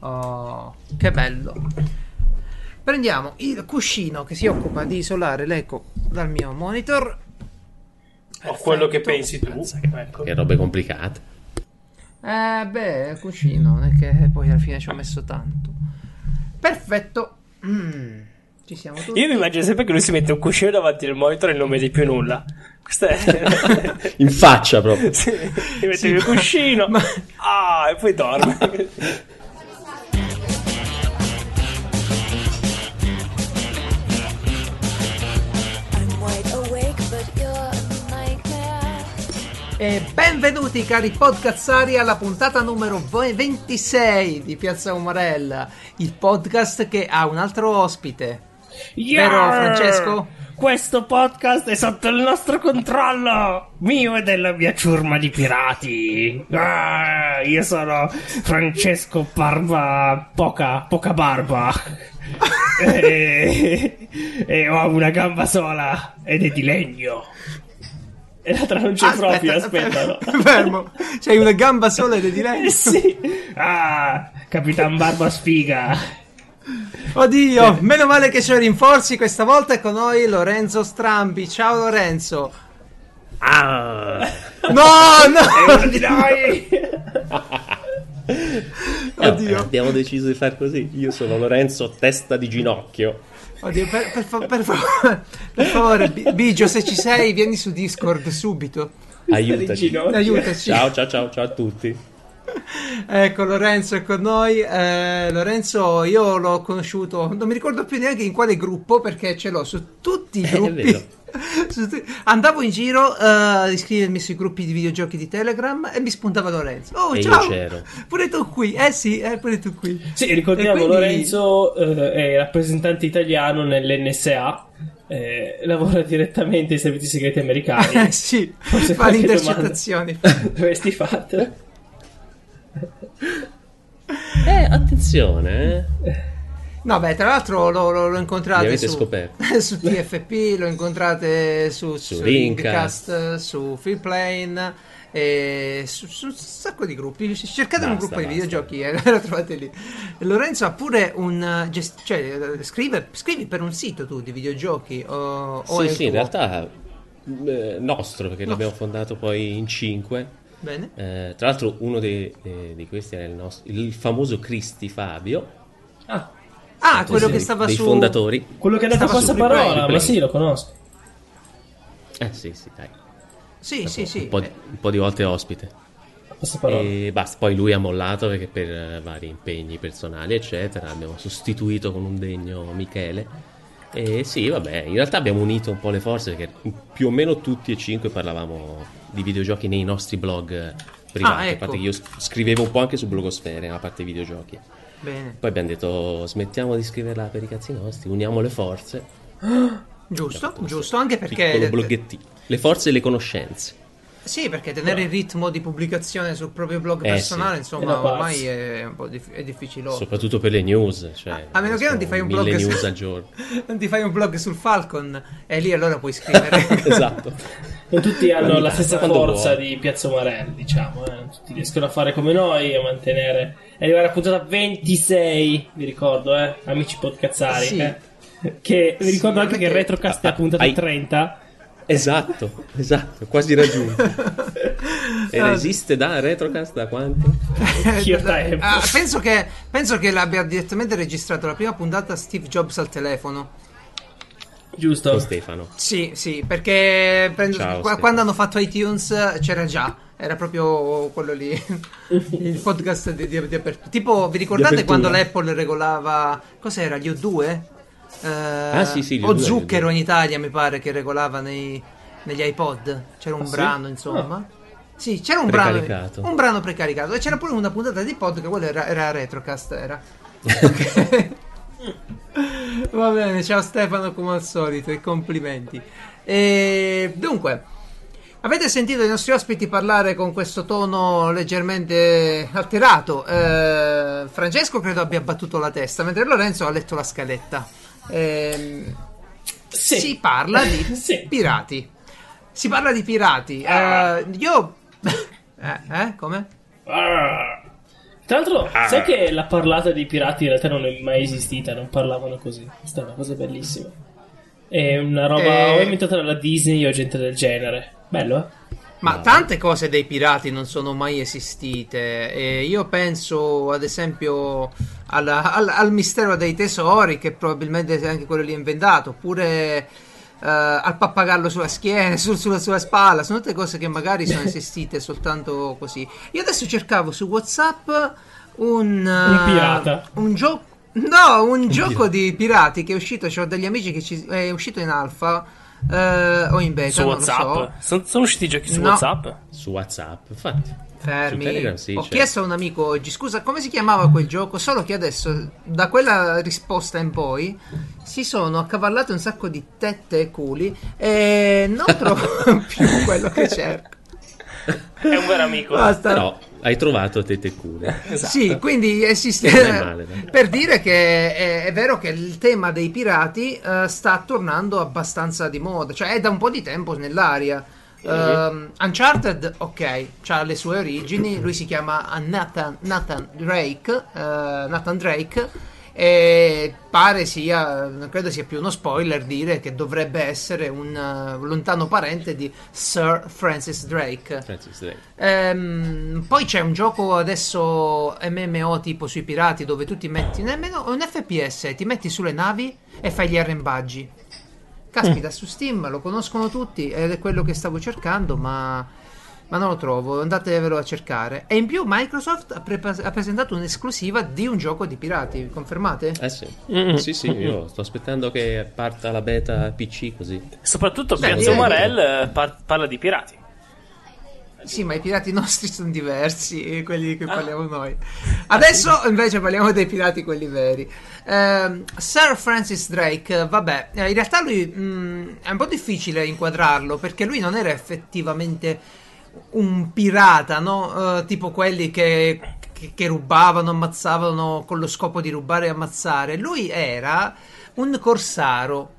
Oh, che bello. Prendiamo il cuscino che si occupa di isolare l'eco dal mio monitor. O quello che pensi tu. Ecco. Che robe complicate. Eh beh, cuscino, non è che poi alla fine ci ho messo tanto. Perfetto. Mm, Ci siamo tutti. Io mi immagino sempre che lui si mette un cuscino davanti al monitor e non vede più nulla. Questo è. In faccia proprio. sì, ti metti il cuscino. Ah, e poi dorme. I'm wide awake, but you're a nightmare. E benvenuti cari podcazzari alla puntata numero 26 di Piazza Umarella, il podcast che ha un altro ospite. Vero, Francesco? Questo podcast è sotto il nostro controllo, mio e della mia ciurma di pirati. Ah, io sono Francesco Barba Poca, poca Barba. e, e ho una gamba sola ed è di legno. E l'altra non c'è proprio, aspetta. no. Fermo, c'hai una gamba sola ed è di Eh lei. sì. Ah, Capitan Barba sfiga. Oddio, meno male che ci sono i rinforzi questa volta è con noi Lorenzo Strambi. Ciao Lorenzo. Ah! No, Uno no. di noi. Oddio. Eh, abbiamo deciso di far così. Io sono Lorenzo Testa di Ginocchio. Oddio, per, per fa- per favore, per favore, Bi- Bigio, se ci sei, vieni su Discord subito. Aiutaci. ginocchio. Aiutaci. Ciao, ciao, ciao, ciao a tutti. Ecco, Lorenzo è con noi. Eh, Lorenzo, io l'ho conosciuto, non mi ricordo più neanche in quale gruppo perché ce l'ho su tutti i Eh, è gruppi. vero. Su tu- Andavo in giro eh, a iscrivermi sui gruppi di videogiochi di Telegram e mi spuntava Lorenzo. Oh, E io ciao! c'ero. Pure tu qui, eh sì, eh, pure tu qui. Sì, ricordiamo E quindi- Lorenzo eh, è rappresentante italiano nell'NSA, eh, lavora direttamente ai servizi segreti Eh americani. sì, Forse fa le qualche intercettazioni. Dovresti fatto. Eh, attenzione, eh. No, beh, tra l'altro lo, lo- lo Mi incontrate avete su, scoperto. su TFP, lo incontrate su, Su su Ringcast. Ringcast, su Freeplane, e su, su un sacco di gruppi. C- Cercate un Basta, gruppo di basta. videogiochi e lo trovate lì. Lorenzo ha pure un... eh, gest- cioè, eh, scrive, scrivi per un sito tu di videogiochi o, o oh, è Sì, il sì, in tuo? realtà eh, nostro, perché l'abbiamo fondato poi in cinque. Bene. Eh, tra l'altro uno dei- eh, di questi era il, nostro, il famoso Cristi Fabio, Ah, Ah, quello dei- che stava dei su... fondatori. quello che è dato Stava forza su Free Play, Free parola, Play. ma sì, lo conosco. Eh sì, sì, dai. Sì, sì, eh. sì. Un, po', di- un po' di volte ospite. Questa parola. E basta, poi lui ha mollato perché per eh, vari impegni personali, eccetera, abbiamo sostituito con un degno Michele. E sì, vabbè, in realtà abbiamo unito un po' le forze perché più o meno tutti e cinque parlavamo di videogiochi nei nostri blog eh, privati, Ah, ecco. a parte che io s- scrivevo un po' anche su blogosfere, a parte videogiochi. Bene, Poi abbiamo detto smettiamo di scriverla per i cazzi nostri, uniamo le forze. giusto, giusto, anche Piccolo perché... bloggettino. Le forze e le conoscenze. Sì, perché tenere il ritmo di pubblicazione sul proprio blog Eh, personale, sì. insomma, È una pazza. ormai è un po' dif- è difficile. Soprattutto per le news. Cioè, Oh. a meno che non ti fai un mille blog su- news al giorno. Non ti fai un blog sul Falcon e lì allora puoi scrivere. esatto. Non tutti hanno Ogni la tanto, stessa quando forza vuoi. di Piazzo Marelli, diciamo. eh. Non Tutti riescono a fare come noi e a mantenere. E arrivare a puntata 26, vi ricordo, eh, amici podcazzari. Sì. eh. Che vi Sì, ricordo anche che il perché- retrocast è a puntata Ai- 30. Esatto, esatto, quasi raggiunto. E Ah, resiste da Retrocast da quanto? Io dai. Ah, penso, che, penso che l'abbia direttamente registrato la prima puntata Steve Jobs al telefono. Con Giusto. Stefano. Sì, sì, perché prendo- Ciao, qua- Stefano. quando hanno fatto iTunes eh, c'era già. Era proprio quello lì, il podcast di, di, di apertura. Tipo, vi ricordate apertura. quando l'Apple regolava, cos'era, gli O2? Eh, Ah, sì, sì, gli o O2, Zucchero gli O2. in Italia mi pare che regolava nei- negli iPod. C'era un sì? brano, insomma. Sì, c'era un brano, Ah, Precaricato. un brano precaricato e c'era pure una puntata di pod che quella era, era retrocast. Era. Va bene, ciao Stefano come al solito e complimenti. E, dunque, avete sentito i nostri ospiti parlare con questo tono leggermente alterato? Eh, Francesco credo abbia battuto la testa, mentre Lorenzo ha letto la scaletta. Ehm, Sì. Si parla di Sì. pirati. Si parla di pirati. Eh, io... eh, eh, come? Ah, Tra l'altro, sai che la parlata dei pirati in realtà non è mai esistita, non parlavano così. Questa è una cosa bellissima. È una roba Eh. o inventata dalla Disney o gente del genere. Bello, eh? Ma tante cose dei pirati non sono mai esistite. E io penso, ad esempio, alla- al, al mistero dei tesori, che probabilmente anche quello lì è inventato, oppure eh, al pappagallo sulla schiena, sul- sulla, sulla spalla. Sono tutte cose che magari sono esistite soltanto così. Io adesso cercavo su WhatsApp un, eh, Un pirata. un gioco. No, un gioco di pirati che è uscito. Ho degli amici che ci- è uscito in alfa eh, o in beta. Su non lo WhatsApp? so. Son- sono usciti i giochi su No. WhatsApp? Su WhatsApp, infatti. Fermi. Su Telegram sì, certo. Ho c'è. chiesto a un amico oggi, scusa, come si chiamava quel gioco? Solo che adesso, da quella risposta in poi, si sono accavallate un sacco di tette e culi e non trovo più quello che cerco. È un vero amico. Basta. Però hai trovato tette cure. Esatto. Sì, quindi esiste. Non è male, dai. per dire che è, è vero che il tema dei pirati eh, sta tornando abbastanza di moda, cioè è da un po' di tempo nell'aria. Ehm, Uncharted, ok, ha le sue origini. Lui si chiama Nathan, Nathan Drake. eh, Nathan Drake. E pare sia, credo sia più uno spoiler dire che dovrebbe essere un eh, lontano parente di Sir Francis Drake. Francis Drake. Ehm, poi c'è un gioco adesso MMO tipo sui pirati dove tu ti metti nemmeno un FPS, ti metti sulle navi e fai gli arrembaggi. Caspita, su Steam lo conoscono tutti ed è quello che stavo cercando, ma, ma non lo trovo. Andatevelo a cercare. E in più Microsoft ha, prepa- ha presentato un'esclusiva di un gioco di pirati, confermate? Eh sì. sì, sì, io sto aspettando che parta la beta PC così. Soprattutto Beh, Piazza direi- Marel eh, par- parla di pirati. Sì, ma i pirati nostri sono diversi, eh, quelli di cui parliamo noi. Adesso invece parliamo dei pirati quelli veri. Ehm, Sir Francis Drake, eh, vabbè, eh, in realtà lui mh, è un po' difficile inquadrarlo perché lui non era effettivamente un pirata, no? Eh, tipo quelli che, che- che rubavano, ammazzavano con lo scopo di rubare e ammazzare. Lui era un corsaro.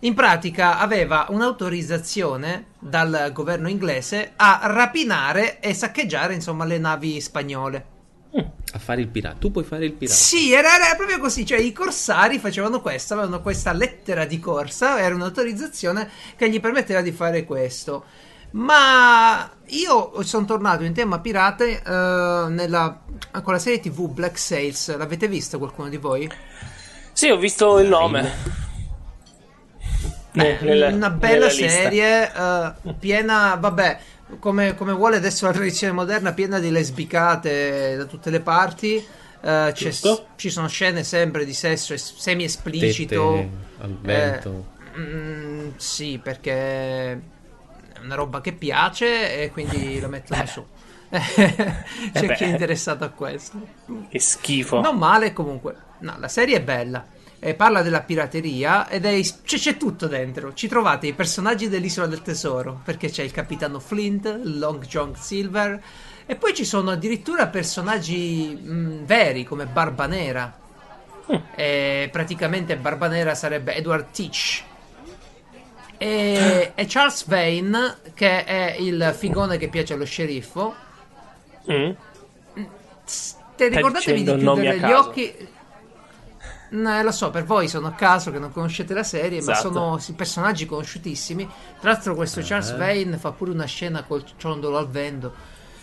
In pratica aveva un'autorizzazione dal governo inglese a rapinare e saccheggiare insomma le navi spagnole. A fare il pirata. Tu puoi fare il pirata. Sì, era, era proprio così, cioè i corsari facevano questo, avevano questa lettera di corsa, era un'autorizzazione che gli permetteva di fare questo. Ma io sono tornato in tema pirate eh, nella, con la serie TV Black Sails, l'avete visto qualcuno di voi? Sì, ho visto il nome. Ne- nella- una bella nella lista. serie eh, piena, vabbè, come, come vuole adesso la tradizione moderna, piena di lesbicate da tutte le parti. Eh, c'è- Giusto. ci sono scene sempre di sesso es- semi Tette esplicito. al vento. Mm, sì, perché è una roba che piace e quindi la mettono su. C'è Eh. beh. chi è interessato a questo. Che schifo. Non male comunque. No, la serie è bella. Eh, parla della pirateria ed è is- c'è, c'è tutto dentro. Ci trovate i personaggi dell'isola del tesoro, perché c'è il capitano Flint, Long John Silver e poi ci sono addirittura personaggi mh, veri come Barba Nera. Eh, praticamente Barba Nera sarebbe Edward Teach. E, e Charles Vane, che è il figone che piace allo sceriffo. Mm. Te ricordatevi di dicendo nomi a chiudere gli caso. occhi. No, eh, lo so, per voi sono a caso che non conoscete la serie, Esatto. Eh. ma sono sì, personaggi conosciutissimi. Tra l'altro, questo Charles Vane fa pure una scena col ciondolo al vento.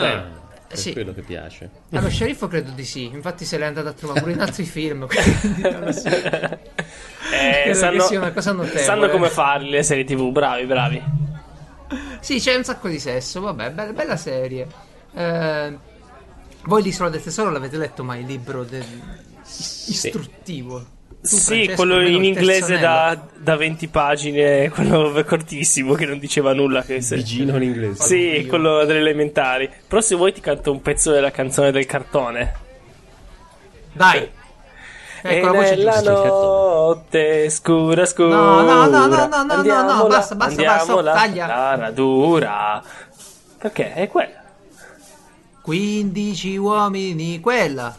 Ah, è sì. quello che piace. Allo sceriffo credo di sì, infatti se l'è andata a trovare pure in altri film. quindi non so. Eh, che sanno, sia una cosa notevole. sanno come farli le serie tv, bravi, bravi. Sì, c'è un sacco di sesso, vabbè, bella, bella serie. Eh, voi l'Isola del Tesoro l'avete letto mai il libro del- istruttivo? Tu, Sì, Francesco, quello almeno in il terzo inglese anello. da, da 20 pagine, quello cortissimo che non diceva nulla. Che se- Vigino in inglese. Sì, Oddio. quello delle elementari. Però se vuoi ti canto un pezzo della canzone del cartone. Dai! Ecco la e voce nella giusta. notte scura scura No, no, no, no, no, no, andiamola, no, basta, basta, basta, andiamola, taglia. la radura perché è quella 15 uomini, quella.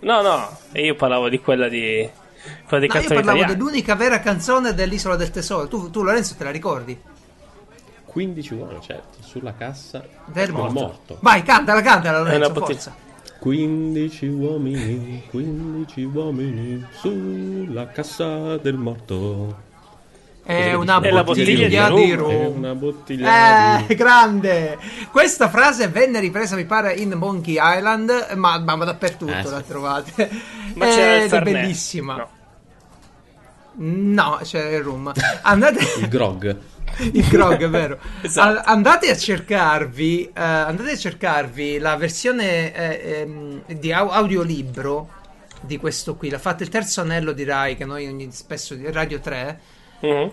no no e io parlavo di quella di quella No, di io cartoni parlavo italiani dell'unica vera canzone dell'Isola del Tesoro. Tu, tu, Lorenzo te la ricordi? 15 uomini, certo, sulla cassa Del con morto. Vai, cantala, cantala È Lorenzo, una pote- forza. 15 uomini, 15 uomini sulla cassa del morto. È una È la bottiglia bottiglia di di rum. rum. È una bottiglia Eh, grande! Questa frase venne ripresa, mi pare, in Monkey Island, ma, ma dappertutto Eh, sì. la trovate. Ma c'era il Eh, Ed è Fernet. bellissima. No. No, c'era il rum. Andate... di il grog. il grog, è vero. Esatto. A- andate a cercarvi, eh, andate a cercarvi la versione eh, ehm, di au- audiolibro di questo qui. L'ha fatto il terzo anello di Rai, che noi ogni, spesso di Radio 3. Mhm.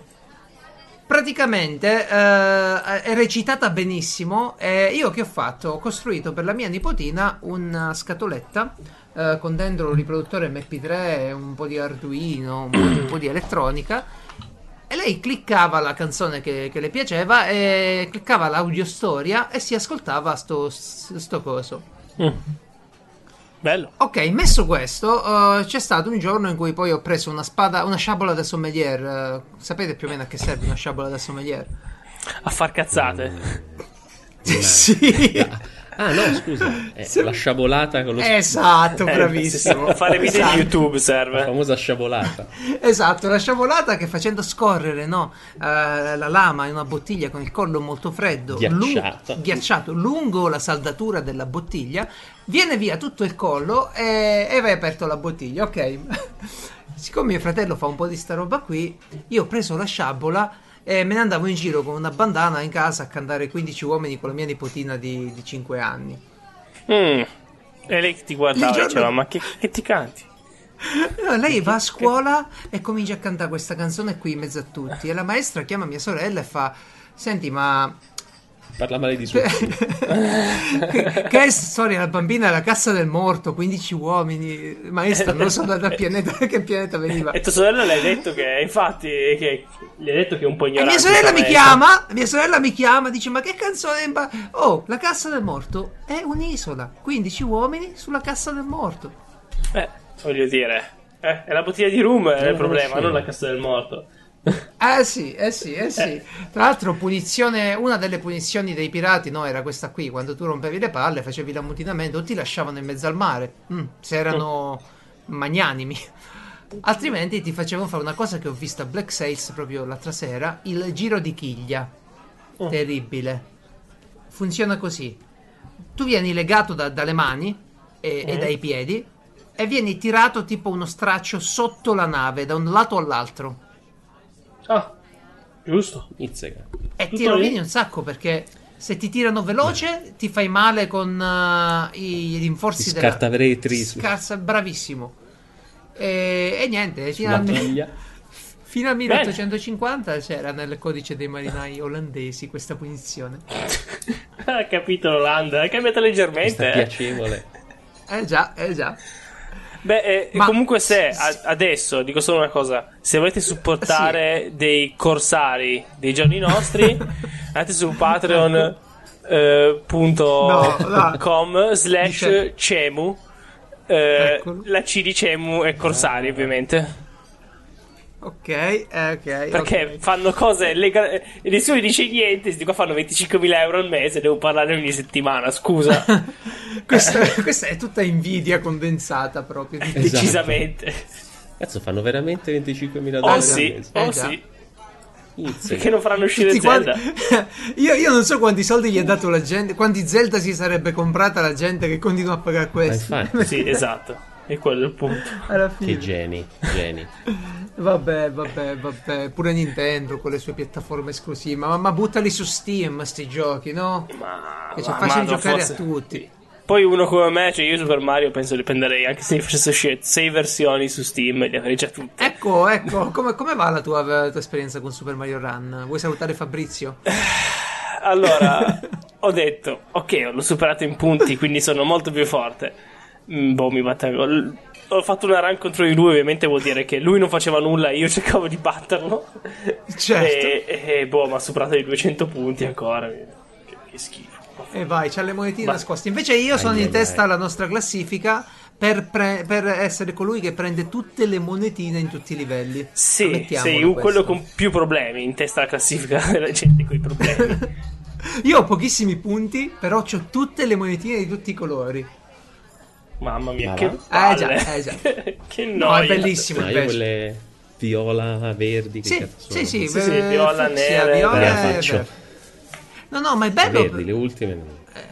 Praticamente eh, è recitata benissimo. E io che ho fatto? Ho costruito per la mia nipotina una scatoletta eh, con dentro un riproduttore MP3, un po' di Arduino, un po' di, un po' di elettronica. E lei cliccava la canzone che, che le piaceva, e cliccava l'audiostoria e si ascoltava sto, sto coso. Mm. Bello. Ok, messo questo, eh, c'è stato un giorno in cui poi ho preso una spada, una sciabola da sommelier. eh, sapete più o meno a che serve una sciabola da sommelier? A far cazzate. Mm. sì, Ah no, scusa, è Se- la sciabolata con lo sp- esatto, bravissimo. A Eh, fare video esatto. di YouTube la serve. famosa sciabolata. Esatto, la sciabolata che facendo scorrere no, eh, la lama in una bottiglia con il collo molto freddo, Ghiacciata. ghiacciato lungo la saldatura della bottiglia, viene via tutto il collo e, e vai aperto la bottiglia. Ok, siccome mio fratello fa un po' di sta roba qui, io ho preso la sciabola e me ne andavo in giro con una bandana in casa a cantare 15 uomini con la mia nipotina di, di 5 anni. Mm. E lei ti guardava Il e giorno- diceva, ma che, che ti canti? Allora, lei va a scuola e comincia a cantare questa canzone qui in mezzo a tutti. E la maestra chiama mia sorella e fa: Senti, ma. Parla male di suo figlio. che, che è storia? La bambina alla cassa del morto, 15 uomini. Maestra, non so da, da pianeta, che pianeta veniva. E tua sorella le hai detto che, infatti, che, gli hai detto che è un po' E ignorante. mia sorella mi sta chiama, mia sorella mi chiama, dice: Ma che canzone? è in ba- Oh, la cassa del morto è un'isola. 15 uomini sulla cassa del morto. maestra. Eh, voglio dire, eh, è la bottiglia di rum è il lo problema, conoscevo. non la cassa del morto. Eh sì, eh sì, eh sì. Tra l'altro, punizione, una delle punizioni dei pirati no, era questa qui: quando tu rompevi le palle, facevi l'ammutinamento, ti lasciavano in mezzo al mare. Mm, se erano magnanimi. Altrimenti ti facevano fare una cosa che ho visto a Black Sails proprio l'altra sera: il giro di chiglia. Terribile. Funziona così: tu vieni legato da- dalle mani e, e dai piedi e vieni tirato tipo uno straccio sotto la nave, da un lato all'altro. Ah, giusto. Mizzica. E ti Tutto rovini lì? un sacco perché se ti tirano veloce ti fai male con eh, i rinforzi Ti della scartaveretri su- Scarsa, bravissimo. E, e niente, Sulla finalmente, piglia. fino al 1850 c'era nel codice dei marinai olandesi questa punizione. Ha capito l'Olanda, è cambiata Questa è leggermente. eh. piacevole. Eh già, eh già. Beh, eh, Ma- comunque se sì, a- sì. adesso, dico solo una cosa, se volete supportare dei corsari dei giorni nostri, andate su patreon.com eh, punto Ecco. No, no. com slash Dice- cemu, eh, Eccolo. Ah. la C di cemu e corsari ovviamente. Ok, eh, ok. Perché ok. fanno cose legali. Nessuno dice niente. Questi qua fanno 25.000 euro al mese. Devo parlare ogni settimana. Scusa, Esatto. Questa, questa è tutta invidia condensata proprio. di- Esatto. decisamente. Cazzo, fanno veramente 25.000 dollari Oh al sì, mese. Eh, oh già. sì. Mizzica. Perché non faranno uscire Tutti Zelda? quanti- io, io non so quanti soldi gli ha dato la gente, quanti Zelda si sarebbe comprata la gente che continua a pagare Ma questo. infatti, Sì, esatto. E quello è il punto. Alla che fine. geni, geni. Vabbè, vabbè, vabbè. Pure Nintendo con le sue piattaforme esclusive. Ma, ma buttali su Steam sti giochi, no? Ma, Che ci ma- facciano ma giocare forse- a tutti. Poi uno come me, cioè io Super Mario penso li prenderei anche se mi facesse uscire 6 versioni su Steam e li avrei già tutti. Ecco, ecco, come, come va la tua, la tua esperienza con Super Mario Run? Vuoi salutare Fabrizio? Allora, ho detto, ok, l'ho superato in punti, quindi sono molto più forte. Mm, boh, mi battevo. L- Ho fatto una run contro di lui, ovviamente vuol dire che lui non faceva nulla e io cercavo di batterlo. Certo. E, e, boh, ma ha superato i 200 punti ancora. Che, che schifo. E vai, c'ha le monetine Ma- nascoste. Invece io sono Ai, in ai, testa ai. alla nostra classifica per, pre- per essere colui che prende tutte le monetine in tutti i livelli. Sì, Ammettiamolo sei un- quello questo. con più problemi in testa alla classifica della gente con i problemi. Io ho pochissimi punti, però ho tutte le monetine di tutti i colori. Mamma mia, Ma che va. palle. Eh già, eh già. che No, noia. è bellissimo No, il io pezzo. quelle viola verdi che Sì, cazzo sono? sì, sì, Sì, sì, eh, viola, fucsia, nera, viola, Ve la eh, faccio. beh. No, no, ma è bello. Eh, verdi, le ultime. no.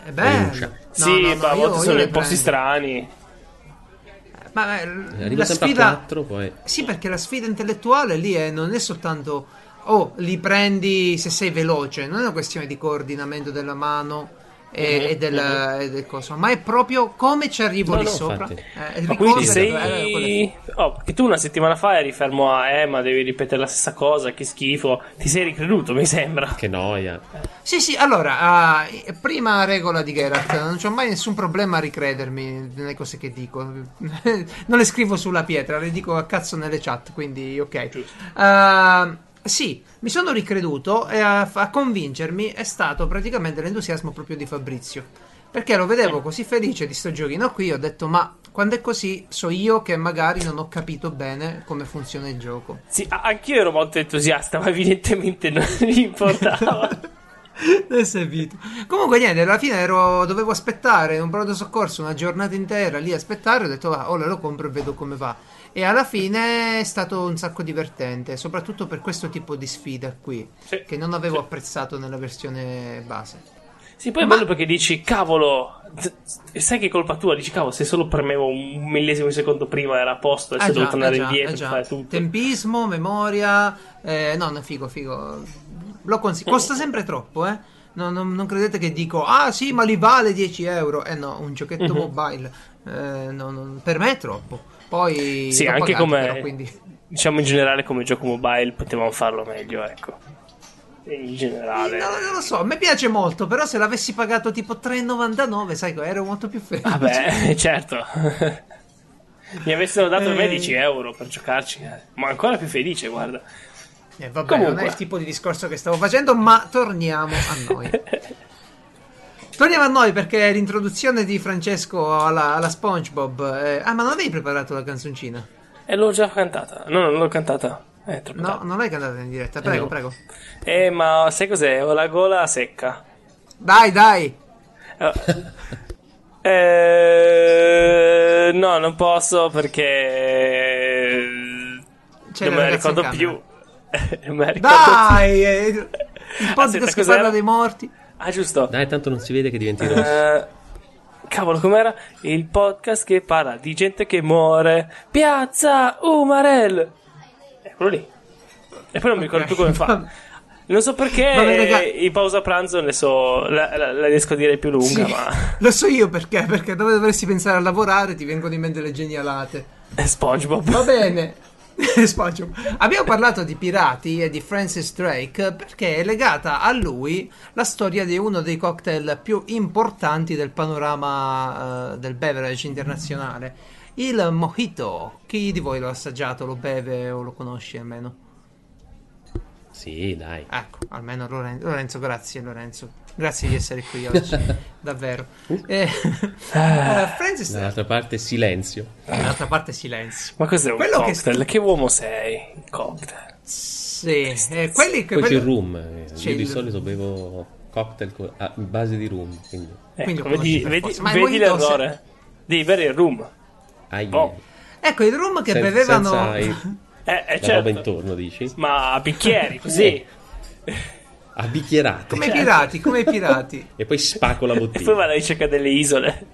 È bello. Rinuncia. No, Sì, no, no, ma a io- volte io sono le in posti prendo. strani. Ma eh, Arrivo la sempre sfida a 4, poi Sì, perché la sfida intellettuale lì è- non è soltanto oh, li prendi se sei veloce, non è una questione di coordinamento della mano e, e del, e del coso, ma è proprio come ci arrivo No, lì no, sopra. infatti. Eh, Ma ricorda- quindi eh, quello- sei. Oh, che tu una settimana fa eri fermo a eh, ma devi ripetere la stessa cosa, che schifo. Ti sei ricreduto, mi sembra. che noia. Sì, sì, allora, ah, prima regola di Geralt, non c'ho mai nessun problema a ricredermi nelle cose che dico. non le scrivo sulla pietra, le dico a cazzo nelle chat, quindi ok. Ah, sì, mi sono ricreduto e a, a convincermi è stato praticamente l'entusiasmo proprio di Fabrizio. Perché lo vedevo così felice di sto giochino qui, ho detto ma quando è così so io che magari non ho capito bene come funziona il gioco. Sì, a- anch'io ero molto entusiasta, ma evidentemente non gli importava. è servito. Comunque, niente, alla fine ero, dovevo aspettare un pronto soccorso una giornata intera lì a aspettare. Ho detto, va, ora lo compro e vedo come va. E alla fine è stato un sacco divertente, soprattutto per questo tipo di sfida qui, Sì. che non avevo apprezzato nella versione base. Sì, poi è Ma- bello perché dici, cavolo, z- z- sai che è colpa tua? Dici, cavolo, se solo premevo un millesimo di secondo prima era a posto, adesso Ah, devo già, tornare ah, già, indietro ah, già. e fare tutto. Tempismo, memoria, eh, no, no, figo, figo. Lo Mm. consiglio. Costa sempre troppo, eh. No, non- non credete che dico, ah sì, ma li vale 10 euro. Eh no, un giochetto Mm-hmm. mobile. eh, no, no, per me è troppo. Poi... Sì, l'ho anche pagato, come- però, quindi... Diciamo in generale come gioco mobile potevamo farlo meglio, ecco. In generale. No, non lo so, mi piace molto, però se l'avessi pagato tipo 3,99, sai, ero molto più felice. Ah, Vabbè, certo. Mi avessero dato Eh. me 10 euro per giocarci, eh. ma ancora più felice, guarda. Eh, vabbè, non è Comunque. il tipo di discorso che stavo facendo, ma torniamo a noi. torniamo a noi perché l'introduzione di Francesco alla, alla SpongeBob. eh, ah, ma non avevi preparato la canzoncina? E l'ho già cantata. No, non l'ho cantata. Eh, troppo No, tardi. non l'hai cantata in diretta. Prego, no. prego. Eh, ma sai cos'è? Ho la gola secca. Dai, dai. Eh, no, non posso perché C'è non la me la ragazza in ricordo camera. più. non me la ricordo più. Dai. eh, il Aspetta, podcast che cos'era? parla dei morti. Ah, giusto. Dai, tanto non si vede che diventi rosso. Eh, cavolo, com'era? Il podcast che parla di gente che muore. Piazza Umarel. Eccolo lì. E poi non mi ricordo più come fa. Non so perché Vabbè, raga. eh, in pausa pranzo ne so, la, la- la riesco a dire più lunga, Sì, ma Lo so io perché, perché dove dovresti pensare a lavorare ti vengono in mente le genialate. SpongeBob. Va bene. Spaccio. Abbiamo parlato di pirati e di Francis Drake perché è legata a lui la storia di uno dei cocktail più importanti del panorama eh, del beverage internazionale, il mojito. Chi di voi l'ha assaggiato, lo beve o lo conosce almeno? Sì, dai. Ecco, almeno Loren- Lorenzo, grazie Lorenzo. Grazie di essere qui oggi, davvero. Eh, eh, Francis Drake, Dall'altra parte silenzio. dall'altra parte silenzio. Ma cos'è un Quello che- cocktail? Che... uomo sei? Il cocktail. Sì, eh, quelli che... Poi c'è il quello- rum. eh, C'è Io di il- solito bevo cocktail co- a base di rum. Quindi... Eh, Quindi lo come conosci di- per vedi forza. Ma il vedi mojito l'errore. Devi bere il rum. Ahi, Oh, Ecco, il rum che sen- bevevano... Senza il- Eh, eh, la roba Eh, certo. intorno, dici? Ma a bicchieri, così. A bicchierate. Come i pirati, come i pirati. E poi spacco la Eh, certo. e poi va bottiglia. alla ricerca delle isole.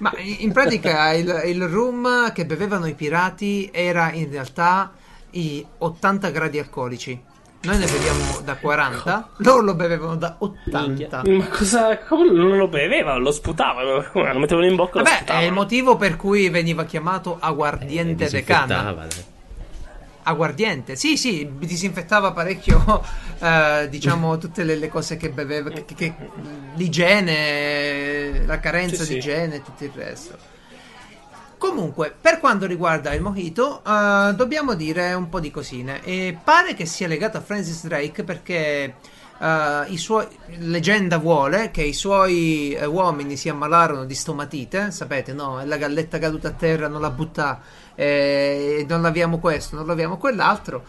Ma in in pratica il, il rum che bevevano i pirati era in realtà i 80 gradi alcolici. Noi ne beviamo da 40, loro lo bevevano da 80. Ma cosa... Come non lo bevevano? Lo sputavano. Come, Lo mettevano in bocca e lo Vabbè, è sputavano. il motivo per cui veniva chiamato aguardiente de canna. Eh, Disinfettava, dai. Aguardiente, sì, sì, disinfettava parecchio, eh, diciamo, tutte le, le cose che beveva, che- che- che- l'igiene, la carenza Sì, di sì. igiene e tutto il resto. Comunque, per quanto riguarda il mojito, eh, dobbiamo dire un po' di cosine. E pare che sia legato a Francis Drake perché eh, i suoi, leggenda vuole che i suoi eh, uomini si ammalarono di stomatite. Sapete, no? La galletta caduta a terra non la butta, eh, non laviamo questo, non laviamo quell'altro.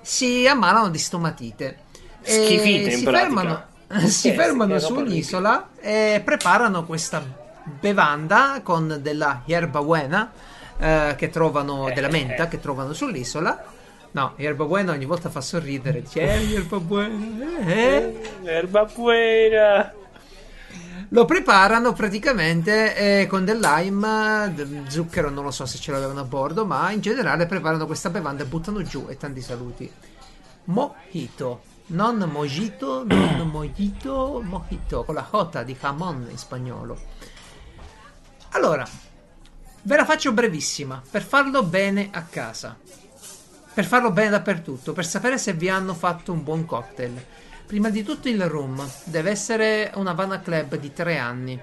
Si ammalano di stomatite. E Schifite, in si pratica. fermano, si Eh, fermano sì, su roba un'isola e preparano questa bevanda con della yerba buena eh, che trovano, della menta che trovano sull'isola. No, yerba buena ogni volta fa sorridere. Dice, eh, yerba buena. eh, eh. Erba buena. Lo preparano praticamente eh, con del lime, d- zucchero, non lo so se ce l'avevano a bordo, ma in generale preparano questa bevanda e buttano giù e tanti saluti. Mojito, non mojito, non mojito, mojito, con la J di jamon in spagnolo. Allora, ve la faccio brevissima, per farlo bene a casa, per farlo bene dappertutto, per sapere se vi hanno fatto un buon cocktail. Prima di tutto il room, deve essere una Havana Club di 3 anni.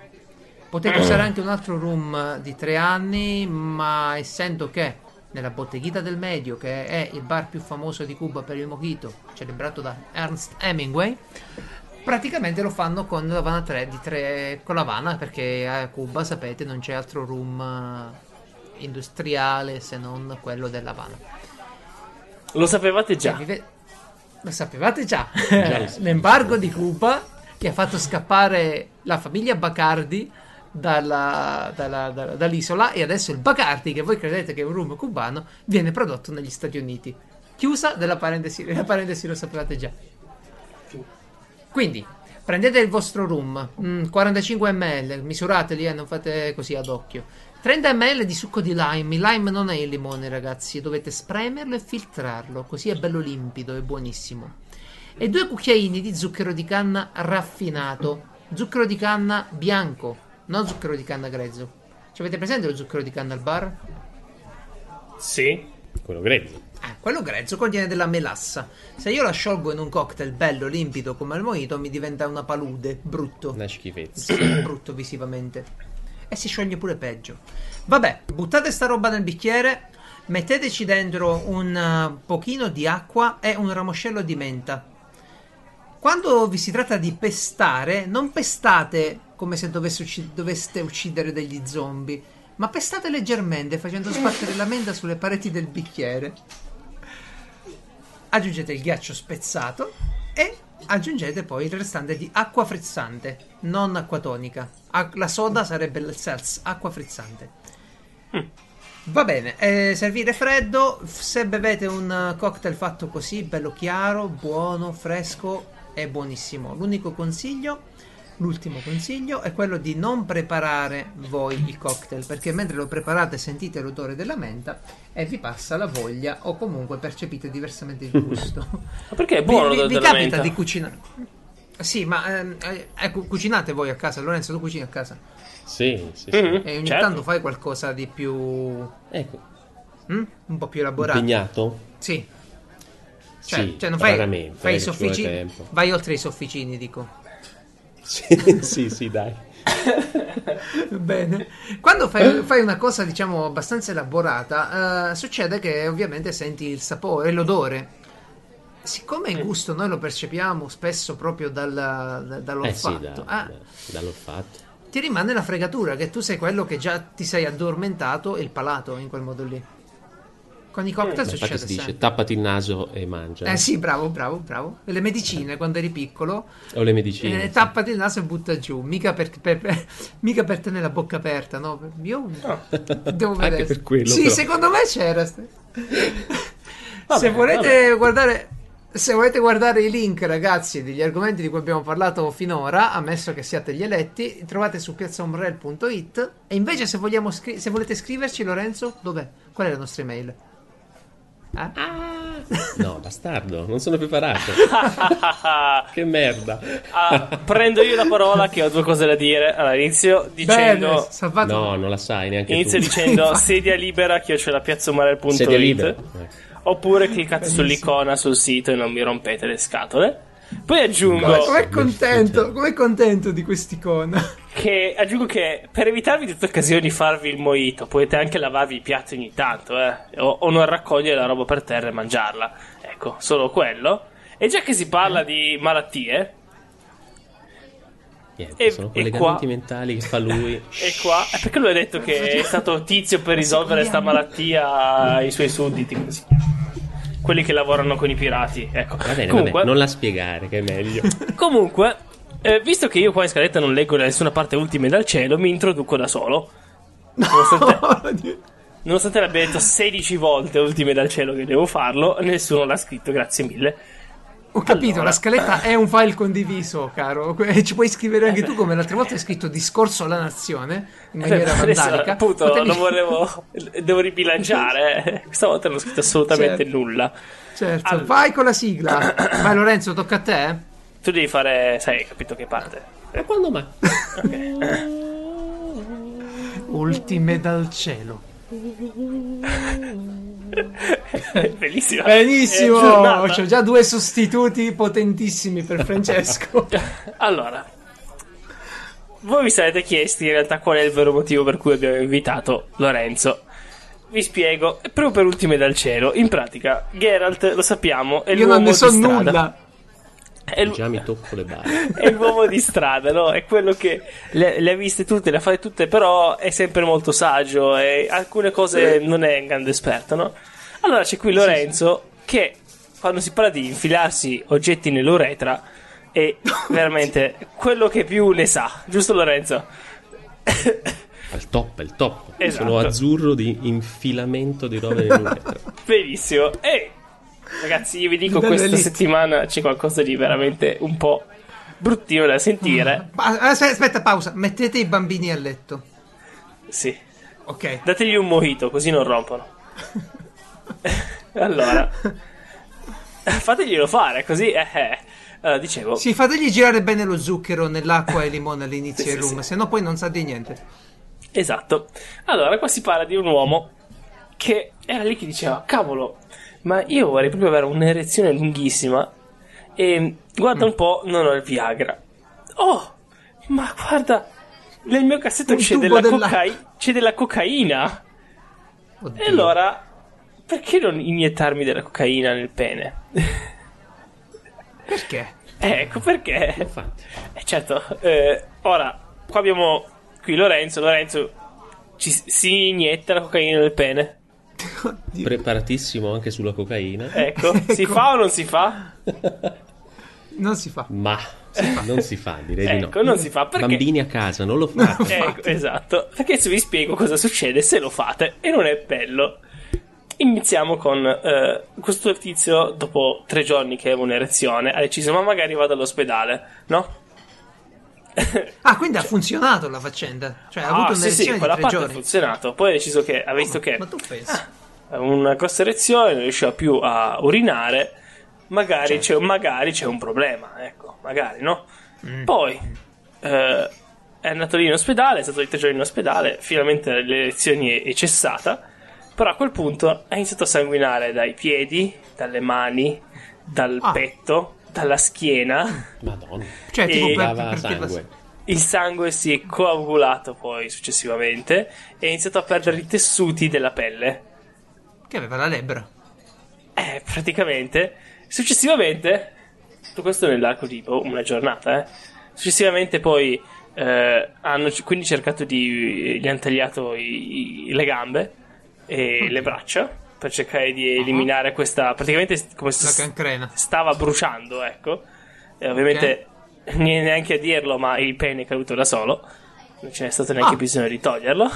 Potete usare anche un altro room di 3 anni, ma essendo che nella Botteghita del Medio, che è il bar più famoso di Cuba per il mojito, celebrato da Ernst Hemingway, praticamente lo fanno con la Havana 3 di 3 con la Havana, perché a Cuba, sapete, non c'è altro room eh, industriale se non quello della Havana. Lo sapevate Cioè, già. vi ve- Lo sapevate già. lo so. L'embargo di Cuba che ha fatto scappare la famiglia Bacardi dalla- dalla- dalla- dall'isola e adesso il Bacardi, che voi credete che è un rum cubano, viene prodotto negli Stati Uniti. Chiusa della parentesi, la parentesi lo sapevate già. Quindi prendete il vostro rum, mm, 45 ml, misurateli, eh, non fate così ad occhio. 30 ml di succo di lime, il lime non è il limone ragazzi, dovete spremerlo e filtrarlo, così è bello limpido e buonissimo. E due cucchiaini di zucchero di canna raffinato, zucchero di canna bianco, non zucchero di canna grezzo. Ci avete presente lo zucchero di canna al bar? Sì. Quello grezzo. Eh, quello grezzo contiene della melassa. Se io la sciolgo in un cocktail bello, limpido come al mojito, mi diventa una palude, brutto. Una schifezza. Sì, brutto visivamente. E si scioglie pure peggio. Vabbè, buttate sta roba nel bicchiere, metteteci dentro un eh, pochino di acqua e un ramoscello di menta. Quando vi si tratta di pestare, non pestate come se dovesse ucci- doveste uccidere degli zombie, ma pestate leggermente facendo sbattere la menta sulle pareti del bicchiere. Aggiungete il ghiaccio spezzato e aggiungete poi il restante di acqua frizzante, non acqua tonica. A- la soda sarebbe il salsa, acqua frizzante. Va bene, eh, servire freddo, f- se bevete un eh, cocktail fatto così, bello chiaro, buono, fresco, è buonissimo. L'unico consiglio, l'ultimo consiglio, è quello di non preparare voi il cocktail, perché mentre lo preparate sentite l'odore della menta e vi passa la voglia o comunque percepite diversamente il gusto. Ma perché è buono vi, vi- da vi della capita menta? di cucinare? Sì, ma ehm, eh, ecco, cucinate voi a casa, Lorenzo, tu cucini a casa Sì, sì, sì. Mhm, e ogni certo. tanto fai qualcosa di più mm? Ecco, un po' più elaborato. impegnato. Sì. Cioè, Sì, cioè non fai, raramente, fai i eh, ci vuole sofficini, tempo. vai oltre i sofficini, dico. Sì, sì, sì, dai. Bene. Quando fai, fai una cosa, diciamo, abbastanza elaborata, eh, succede che ovviamente senti il sapore e l'odore. Siccome il gusto noi lo percepiamo spesso proprio dal, da- Eh sì, da, dall'olfatto, ah, da- dall'olfatto. ti rimane la fregatura che tu sei quello che già ti sei addormentato e il palato in quel modo lì. Con i cocktail Eh, Infatti succede si dice sempre. tappati il naso e mangia. Eh sì, bravo, bravo, bravo. Le medicine quando eri piccolo, O le medicine. eh, tappati il naso e butta giù, mica per, per- per- mica per tenere la bocca aperta, no? Io devo Anche vedere. per quello, sì, però. secondo me c'era. se volete guardare se volete guardare i link, ragazzi, degli argomenti di cui abbiamo parlato finora, ammesso che siate gli eletti, trovate su piazzaombrel.it e invece se, vogliamo scri- se volete scriverci Lorenzo, dov'è? Qual è la nostra email? Eh? No, bastardo, non sono preparato. che merda. Ah, prendo io la parola che ho due cose da dire all'inizio Bene, dicendo salvato. No, non la sai neanche inizio tu. dicendo sedia libera che io ce la piazzomarel.it Sedia libera. Ecco. oppure cliccate sull'icona sul sito e non mi rompete le scatole poi aggiungo Com'è com'è contento, com'è contento di quest'icona? che aggiungo che per evitarvi tutte occasioni di farvi il moito potete anche lavarvi i piatti ogni tanto eh, o, o non raccogliere la roba per terra e mangiarla ecco solo quello e già che si Eh. parla di malattie Niente, E- sono e collegamenti qua- mentali che fa lui. E qua, eh, perché lui ha detto che è stato tizio per risolvere sta malattia ai suoi sudditi, come si chiama? quelli che lavorano con i pirati. Ecco. Va bene, va comunque, bene, non la spiegare, che è meglio. comunque, Eh, visto che io qua in scaletta non leggo da nessuna parte ultime dal cielo, mi introduco da solo. Nonostante, Oh, nonostante l'abbia detto 16 volte ultime dal cielo che devo farlo, nessuno l'ha scritto, grazie mille. Ho capito, Allora. la scaletta è un file condiviso, caro. Que- Ci puoi scrivere anche tu, come l'altra volta hai scritto discorso alla nazione in maniera Adesso, vandalica. Eh, appunto, Potevi- lo volevo. Devo ribilanciare. eh. Questa volta non ho scritto assolutamente Certo. nulla. Certo, Allora. vai con la sigla. Vai Lorenzo, tocca a te. Tu devi fare. Sai, hai capito che parte. Ma quando mai? Ultime dal cielo. Bellissima. Eh, Benissimo, giornata. c'ho già due sostituti potentissimi per Francesco. Allora, voi vi sarete chiesti in realtà qual è il vero motivo per cui abbiamo invitato Lorenzo. Vi spiego, è proprio per ultime dal cielo. In pratica, Geralt lo sappiamo, è Io l'uomo non ne so di strada. nulla. È, l- Già mi tocco le balle. è l'uomo di strada, no? È quello che le, le ha viste tutte, le ha fatte tutte, però è sempre molto saggio e alcune cose non è un grande esperto, no? Allora c'è qui Lorenzo che quando si parla di infilarsi oggetti nell'uretra è veramente quello che più ne sa, giusto Lorenzo? Al top, al top. Esatto. Sono azzurro di infilamento di robe nell'uretra. Benissimo. E ragazzi, io vi dico, Delle questa liste. settimana c'è qualcosa di veramente un po' bruttino da sentire. Ma- Aspetta, aspetta, pausa. Mettete i bambini a letto. Sì. Ok. Dategli un mojito, così non rompono. allora, fateglielo fare, così. eh, eh. Allora, dicevo, Sì, fategli girare bene lo zucchero nell'acqua e il limone all'inizio Sì, del sì, room, sì. sennò poi non sa di niente. esatto. Allora, qua si parla di un uomo che era lì che diceva: Cavolo, ma io vorrei proprio avere un'erezione lunghissima. E guarda un po', non ho il Viagra. Oh, ma guarda, nel mio cassetto Un c'è tubo della, della- cocai- c'è della cocaina. Oddio. E allora, perché non iniettarmi della cocaina nel pene? Perché? Eh, Ecco perché. Infatti. Eh, certo, eh, ora, qua abbiamo qui Lorenzo. Lorenzo ci, si inietta la cocaina nel pene. Oddio. Preparatissimo anche sulla cocaina. Ecco, si Ecco. fa o non si fa? Non si fa. Ma non si fa, direi di no. Ecco, non si fa perché. Bambini a casa, non lo fate. Ecco, esatto. Perché adesso vi spiego cosa succede se lo fate e non è bello. Iniziamo con eh, questo tizio, dopo tre giorni che aveva un'erezione, ha deciso ma magari vado all'ospedale, no? Ah, quindi ha funzionato la faccenda. Cioè, ha avuto Cioè- Ah, sì, sì, un'elezione quella di tre parte ha giorni. Oh, funzionato. Poi ha deciso che, ha visto che Ah. Ma tu pensi? una grossa erezione, non riusciva più a urinare, magari, c'è, magari c'è un problema, ecco, magari no. Poi eh, è andato lì in ospedale, è stato lì tre giorni in ospedale, finalmente le elezioni è, è cessata, però a quel punto ha iniziato a sanguinare dai piedi, dalle mani, dal Ah. petto, dalla schiena. Madonna. Cioè, tipo, E- per, Dava perché la- sangue. Il sangue si è coagulato poi successivamente e ha iniziato a perdere i tessuti della pelle. Che aveva la lebbra. Eh, praticamente. Successivamente, tutto questo nell'arco di boh, una giornata, eh. Successivamente poi eh, hanno c- quindi cercato di... gli hanno tagliato i- i- le gambe e le braccia per cercare di eliminare questa... praticamente st- come La se cancrena. stava bruciando, ecco. E ovviamente ne- neanche a dirlo, ma il pene è caduto da solo. Non ce n'è stato neanche Ah. bisogno di toglierlo.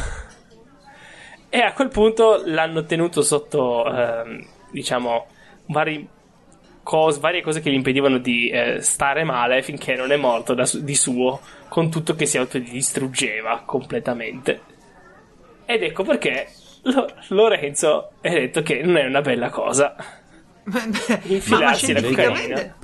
E a quel punto l'hanno tenuto sotto, ehm, diciamo, vari cos- varie cose che gli impedivano di eh, stare male finché non è morto da su- di suo, con tutto che si autodistruggeva completamente. Ed ecco perché Lo- Lorenzo ha detto che non è una bella cosa. Ma- beh, Infilarsi ma la scientificamente- cocaina.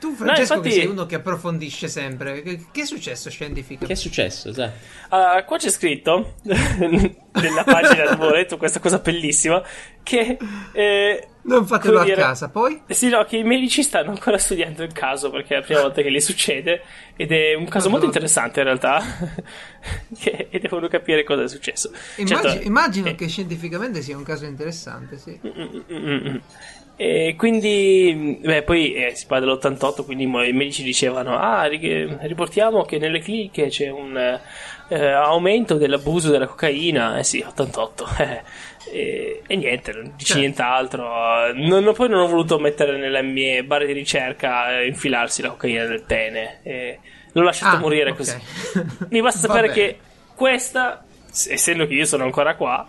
Tu, Francesco, che infatti- sei uno che approfondisce sempre. Che, che è successo Che è scientificamente? successo? Esatto. Ah, qua c'è scritto nella pagina dove ho letto questa cosa bellissima che eh, Non fatelo come dire- a casa, poi. Sì, no, che i medici stanno ancora studiando il caso perché è la prima volta che gli succede ed è un caso Madonna. molto interessante in realtà Che- e devono capire cosa è successo. Immagino, Certo, immagino eh, che scientificamente sia un caso interessante, sì. mm, mm, mm. E quindi, beh, poi eh, si parla dell'88, quindi mo- i medici dicevano, ah, ri- riportiamo che nelle cliniche c'è un eh, aumento dell'abuso della cocaina, eh sì, 88, eh. e, e niente, non dici Certo. nient'altro, Non- poi non ho voluto mettere nelle mie barre di ricerca eh, infilarsi la cocaina nel pene, eh, L'ho lasciato Ah, morire ok. così. Mi basta Va bene. sapere che questa, s- essendo che io sono ancora qua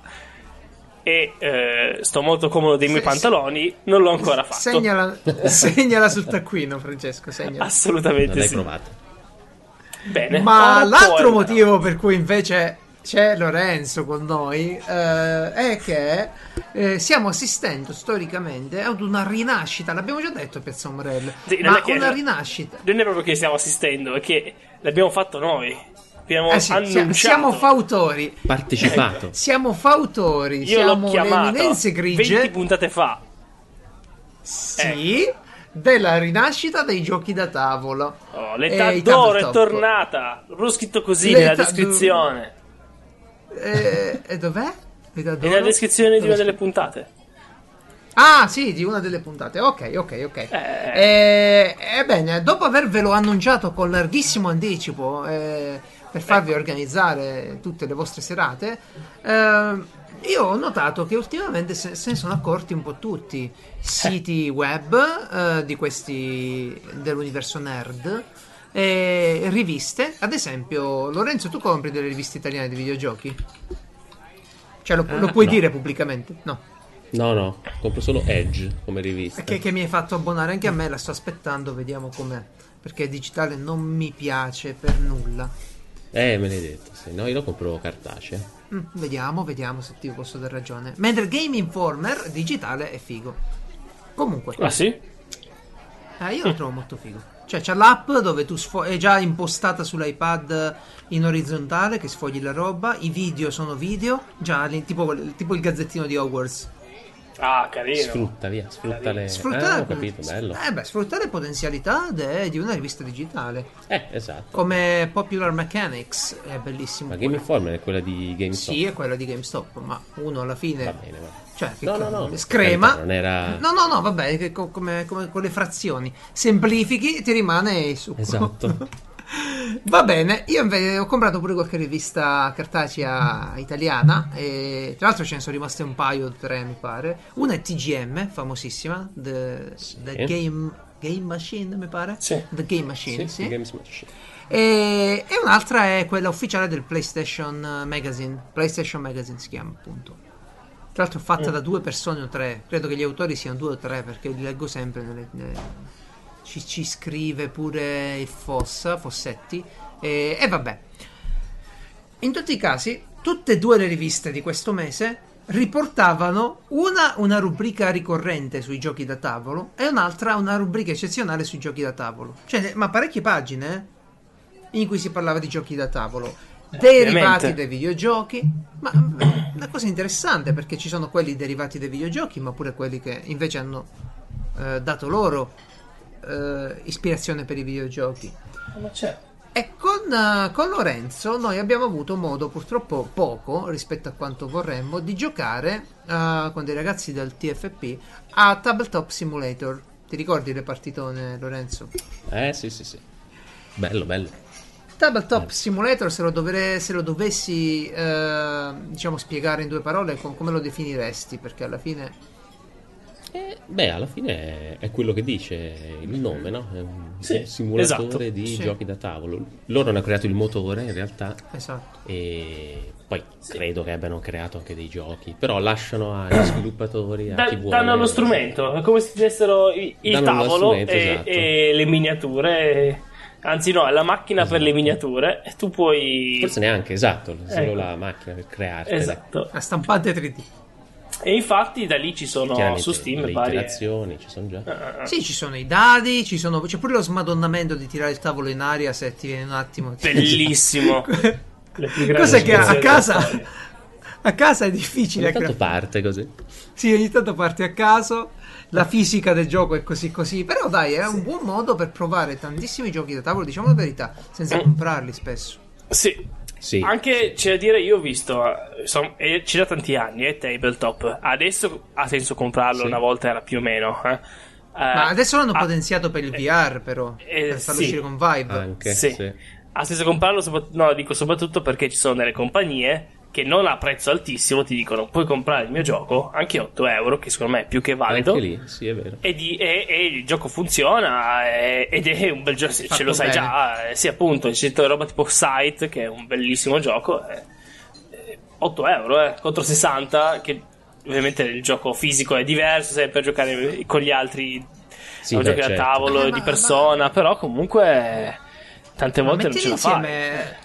e eh, sto molto comodo dei miei Se- pantaloni, non l'ho ancora fatto. Segnala, segnala sul taccuino, Francesco. Segnala. Assolutamente Non l'hai Ah, sì. provato. Bene. Ma Ora l'altro puoi- motivo per cui invece c'è Lorenzo con noi eh, è che eh, stiamo assistendo storicamente ad una rinascita. L'abbiamo già detto, Piazza Ombrello. Sì, non ma è che- una rinascita. Non è proprio che stiamo assistendo, è che l'abbiamo fatto noi. Abbiamo Eh sì, sia- annunciato. siamo fautori, Partecipato. siamo fautori, Io l'ho siamo le chiamato eminenze 20 grigie puntate fa. sì, Eh. della rinascita dei giochi da tavolo. Oh, Eh, l'età i d'oro è tabletop. tornata. L'ho scritto così L'età nella d'oro. descrizione. Eh, e dov'è? L'età d'oro? Nella descrizione di Dove una delle puntate. Ah, sì, di una delle puntate. Ok, ok, ok. Eh, ebbene, dopo avervelo annunciato con larghissimo anticipo eh, per farvi organizzare tutte le vostre serate, ehm, io ho notato che ultimamente se, se ne sono accorti un po' tutti. Siti web eh, di questi dell'universo nerd. E riviste, ad esempio, Lorenzo, tu compri delle riviste italiane di videogiochi? Cioè, lo, lo puoi no. dire pubblicamente? No. No, no, compro solo Edge come rivista. Che, che mi hai fatto abbonare anche a me, la sto aspettando, vediamo com'è. Perché digitale non mi piace per nulla. Eh, me l'hai detto, sì. No, io lo compro cartacea. Mm, vediamo, vediamo se ti posso dare ragione. Mentre Game Informer digitale è figo. Comunque, Ah sì? eh, io lo trovo molto figo. Cioè, c'è l'app dove tu sfo- è già impostata sull'iPad in orizzontale che sfogli la roba. I video sono video, già lì, tipo, tipo il gazzettino di Hogwarts. Ah, carino. Sfrutta, via, sfrutta le... Sfruttare, Ah, ho capito, bello. Eh beh, sfruttare potenzialità de- di una rivista digitale. Eh, esatto. come Popular Mechanics è bellissimo. Ma Game quello. Informer è quella di GameStop. Sì, è quella di GameStop, ma uno alla fine Va bene, va bene. cioè che No, no, co- no, per screma. carità, non era- No, no, no, vabbè, che co- come, come con le frazioni. Semplifichi e ti rimane il succo. Esatto. Va bene, io invece ho comprato pure qualche rivista cartacea italiana e tra l'altro ce ne sono rimaste un paio, tre mi pare. Una è TGM, famosissima, The, The Game, Game Machine mi pare. Sì. The Game Machine, sì. Game Smash. E, e un'altra è quella ufficiale del PlayStation Magazine. PlayStation Magazine si chiama appunto. Tra l'altro è fatta da due persone o tre. Credo che gli autori siano due o tre perché li leggo sempre. nelle- nelle- Ci, ci scrive pure il Fossa, Fossetti. E, e vabbè. In tutti i casi, tutte e due le riviste di questo mese riportavano una una rubrica ricorrente sui giochi da tavolo e un'altra una rubrica eccezionale sui giochi da tavolo. Cioè, ma parecchie pagine eh, in cui si parlava di giochi da tavolo. Derivati ovviamente. dai videogiochi, ma eh, una cosa interessante perché ci sono quelli derivati dai videogiochi, ma pure quelli che invece hanno eh, dato loro eh, ispirazione per i videogiochi. Ma c'è. E con, eh, con Lorenzo noi abbiamo avuto modo, purtroppo poco rispetto a quanto vorremmo, di giocare eh, con dei ragazzi del TFP a Tabletop Simulator. Ti ricordi le partitone, Lorenzo? Eh, sì, sì, sì. Bello, bello. Tabletop Simulator, se lo, dovre- se lo dovessi eh, diciamo spiegare in due parole, com- come lo definiresti? Perché alla fine... Eh, beh, alla fine è, è quello che dice il nome, no? È un Sì, un simulatore esatto. di Sì. giochi da tavolo. Loro hanno creato il motore, in realtà, Esatto. e poi credo che abbiano creato anche dei giochi, però lasciano agli sviluppatori, a Da- chi vuole... danno lo strumento, è come se ti dessero i- il Danno lo tavolo e, strumento, esatto. e le miniature. e- Anzi, no, è la macchina per le Esatto. miniature. E tu puoi. Forse neanche, esatto, solo Ecco. la macchina per creare. Esatto. La stampante 3D. E infatti da lì ci sono Chiaramente su Steam le varie. Ah, iterazioni ci sono già. Sì, ci sono i dadi, ci sono... c'è pure lo smadonnamento di tirare il tavolo in aria se ti viene un attimo... Bellissimo. Le più grandi Cosa che a invenzioni casa. della storia. A casa è Ogni difficile. tanto gra- parte così. Sì, ogni tanto parti a caso. La fisica del gioco è così così. Però dai, è un buon modo per provare tantissimi giochi da tavolo, diciamo la verità, Eh. senza comprarli spesso. Sì. Sì. Anche c'è da dire, io ho visto, eh, insomma, eh, c'è da tanti anni, è tabletop. Adesso ha senso comprarlo, Sì. una volta era più o meno. eh. Eh, Ma adesso l'hanno ah, potenziato per il VR, però. eh, per farlo sì. uscire con Vive. Anche, Sì. sì. Ha senso comprarlo, soprat- no, dico soprattutto perché ci sono delle compagnie che non ha prezzo altissimo ti dicono puoi comprare il mio gioco anche 8 euro che secondo me è più che valido Anche lì, sì, è vero. e, di- e- e il gioco funziona e- ed è un bel gioco se ce Fatto lo sai bene. già eh, sì appunto c'è tutta roba tipo Sight che è un bellissimo gioco eh, eh, 8 euro eh, contro 60 che ovviamente il gioco fisico è diverso sei per giocare con gli altri Sì, o beh, giochi certo. a tavolo Eh, di ma- persona però comunque tante Ma volte non ce mettili la fai insieme. Eh.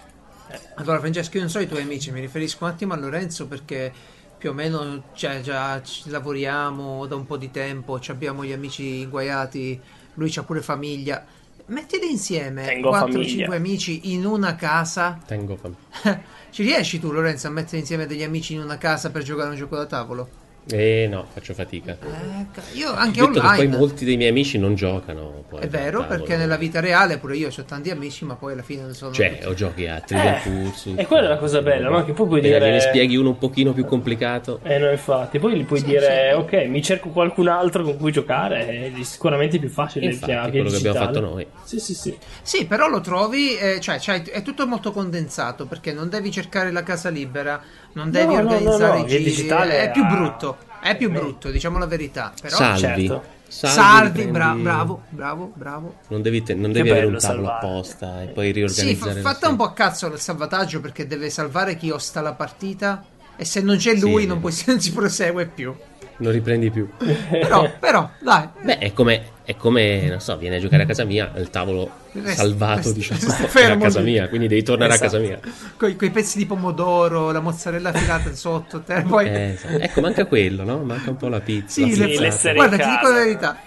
Allora, Francesco, io non so i tuoi amici, mi riferisco un attimo a Lorenzo perché più o meno cioè, già ci lavoriamo da un po' di tempo, ci abbiamo gli amici guaiati, lui c'ha pure famiglia. Mettili insieme Tengo 4-5 famiglia. amici in una casa. Tengo fam- Ci riesci tu, Lorenzo, a mettere insieme degli amici in una casa per giocare a un gioco da tavolo? Eh no, faccio fatica. Eh, Ecco, ca- io anche Detto che poi online. molti dei miei amici non giocano. Poi, È vero, al tavolo. perché nella vita reale pure io ho tanti amici, ma poi alla fine non sono Cioè, o giochi a Eh, Trivial Pursuit. e quella è la cosa bella, no? Che poi puoi Appena dire- gliene spieghi uno un pochino più complicato. Eh no, infatti, poi gli puoi dire, ok, mi cerco qualcun altro con cui giocare, è sicuramente più facile Infatti, via- via quello che abbiamo digitale. fatto noi. Sì, sì, sì. Sì, però lo trovi, eh, cioè, cioè, è tutto molto condensato perché non devi cercare la casa libera, non devi no, no, organizzare no, i il giri, digitale è più ha- brutto, è più brutto, diciamo la verità. Però salvi. certo. salvi, prendi- bra- bravo, bravo, bravo. Non devi, te- non devi bello avere un tavolo salvare. apposta e poi Sì, riorganizzare. fa- lo fatta un stesso. po' a cazzo il salvataggio perché deve salvare chi osta la partita e se non c'è Sì, lui è non, vero. puoi- non si prosegue più. Non riprendi più. Però, però, dai. Beh, è come, è come, non so, vieni a giocare a casa mia, il tavolo Resta- salvato, resta- diciamo, resta era a fermo casa lì. mia, quindi devi tornare Esatto. a casa mia. Coi, coi pezzi di pomodoro, la mozzarella filata sotto, te, poi... Eh, esatto. Ecco, manca quello, no? Manca un po' la pizza. Sì, la le- pizzata. l'essere- guarda, in ti casa. dico la verità.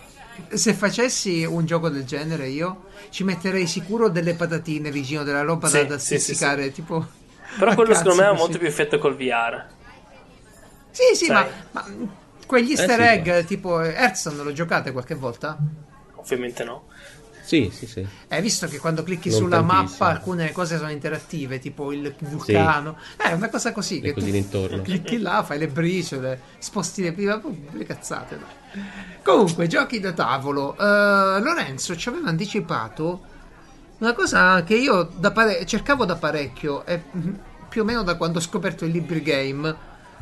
Se facessi un gioco del genere io ci metterei sicuro delle patatine vicino della roba Sì, da, da sì, sì, stuzzicare, tipo Però a quello secondo me ha cazzo, molto Ah, sì. più effetto col VR. Sì, sì, ma, sai. Eh, ma quegli easter sì, egg guarda. tipo eh, Hearthstone lo giocate qualche volta? Ovviamente no. Sì, sì, sì. Hai visto che quando clicchi Non sulla tantissimo. mappa alcune cose sono interattive, tipo il vulcano. È una cosa così Le che tu cosine intorno. clicchi là, fai le briciole, sposti le prime, le cazzate. dai. Comunque, giochi da tavolo. Eh, Lorenzo ci aveva anticipato una cosa che io da pare- cercavo da parecchio, e mm, più o meno da quando ho scoperto il Libri Game,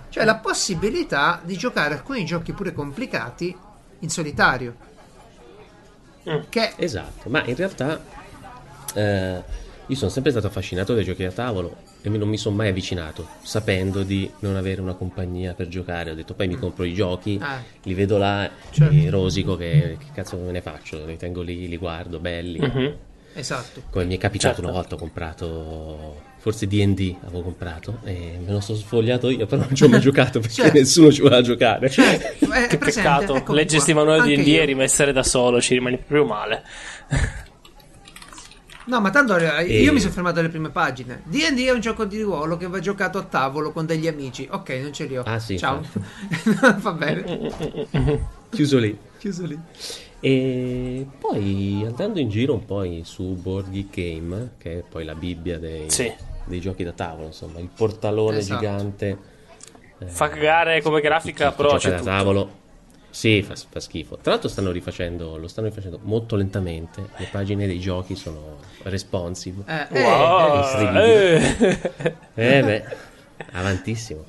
cioè la possibilità di giocare alcuni giochi pure complicati in solitario. Mm. Che Esatto, ma in realtà eh, io sono sempre stato affascinato dai giochi a tavolo e mi- non mi sono mai avvicinato, sapendo di non avere una compagnia per giocare. Ho detto poi mi compro i giochi, Mm. Ah. li vedo là, Certo. e rosico che, che cazzo me ne faccio, li tengo lì, li guardo, belli. Mm-hmm. Mhm. esatto. Come mi è capitato Certo. una volta ho comprato... Forse D&D avevo comprato e me lo sono sfogliato io, però non ci ho mai giocato perché Certo. nessuno ci voleva giocare. Cioè, è che presente, peccato. eccomi Leggi qua, sti manuali di anche D&D io. e rimessere da solo, ci rimane proprio male. No, ma tanto eh, E- io mi sono fermato alle prime pagine. DD è un gioco di ruolo che va giocato a tavolo con degli amici. Ok, non ce li ho. Ah, sì, certo. Ciao. Va bene, Chiuso lì. chiuso lì. E poi andando in giro un po' in- su Board Geek Game, che è poi la Bibbia dei, Sì. dei giochi da tavolo, insomma, il portalone Esatto. gigante. eh, Fa cagare come grafica, chi- chi però gioca c'è da tutto. tavolo. Sì, fa, fa schifo. Tra l'altro stanno rifacendo, lo stanno rifacendo molto lentamente. Le pagine dei giochi sono responsive. Eh, eh, Wow, eh, eh. Eh beh, avantissimo.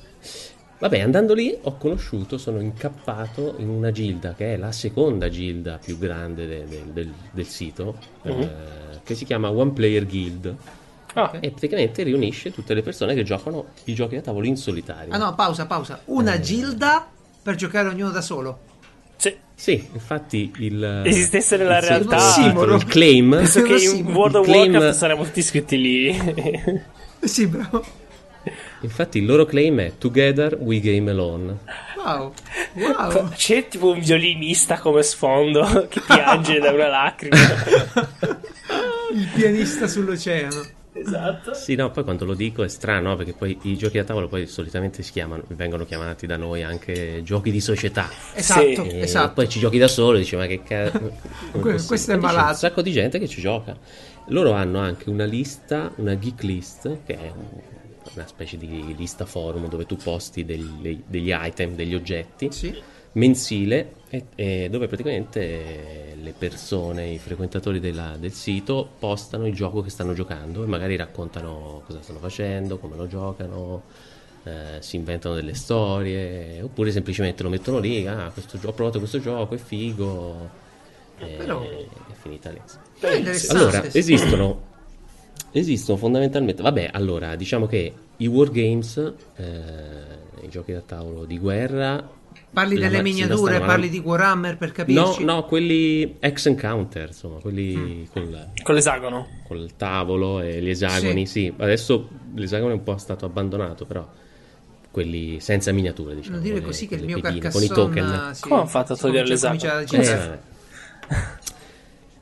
Vabbè, andando lì ho conosciuto, sono incappato in una gilda che è la seconda gilda più grande de- del- del- del sito, Mhm. eh, che si chiama One Player Guild Ah, e praticamente riunisce tutte le persone che giocano i giochi da tavolo in solitario. Ah no, pausa, pausa. Eh. Una gilda per giocare ognuno da solo. sì. Sì, infatti il... eh, Esistesse nella il sito- realtà- il titolo, il claim... Penso che Sì, in World of il claim- Warcraft saremmo tutti iscritti lì. Sì, bravo. Infatti il loro claim è Together We Game Alone. Wow. Wow. C'è tipo un violinista come sfondo che piange da una lacrima. Il pianista sull'oceano. esatto. Sì, no, poi quando lo dico è strano, no? perché poi i giochi da tavolo poi solitamente si chiamano, vengono chiamati da noi anche giochi di società. Esatto, E esatto. Eh, Poi ci giochi da solo e dici ma che cazzo... come possibile?" questo è E dice, malato. Un sacco di gente che ci gioca. Loro hanno anche una lista, una geek list, che è un- una specie di lista forum dove tu posti degli, degli item, degli oggetti Sì. mensile e- e dove praticamente eh, le persone, i frequentatori della- del sito postano il gioco che stanno giocando e magari raccontano cosa stanno facendo, come lo giocano, eh, si inventano delle storie, oppure semplicemente lo mettono lì, ah, questo gio- ho provato questo gioco, è figo, e- Però- è finita lì. È interessante, Allora, sì. esistono, esistono fondamentalmente, vabbè, allora diciamo che i wargames, eh, i giochi da tavolo di guerra... Parli la- delle la- miniature, stanno- parli di Warhammer per No, capirci. no, quelli ex encounter, insomma, Mm. quelli col, Con l'esagono. col tavolo e gli esagoni, sì. Adesso l'esagono è un po' stato abbandonato, però quelli senza miniature, diciamo. Non dire con le- così che con il le mio pedine, Con i token. Carcassonne... sì, Come ho fatto a si togliere comincia- comincia l'esame? a Eh, girare. vabbè.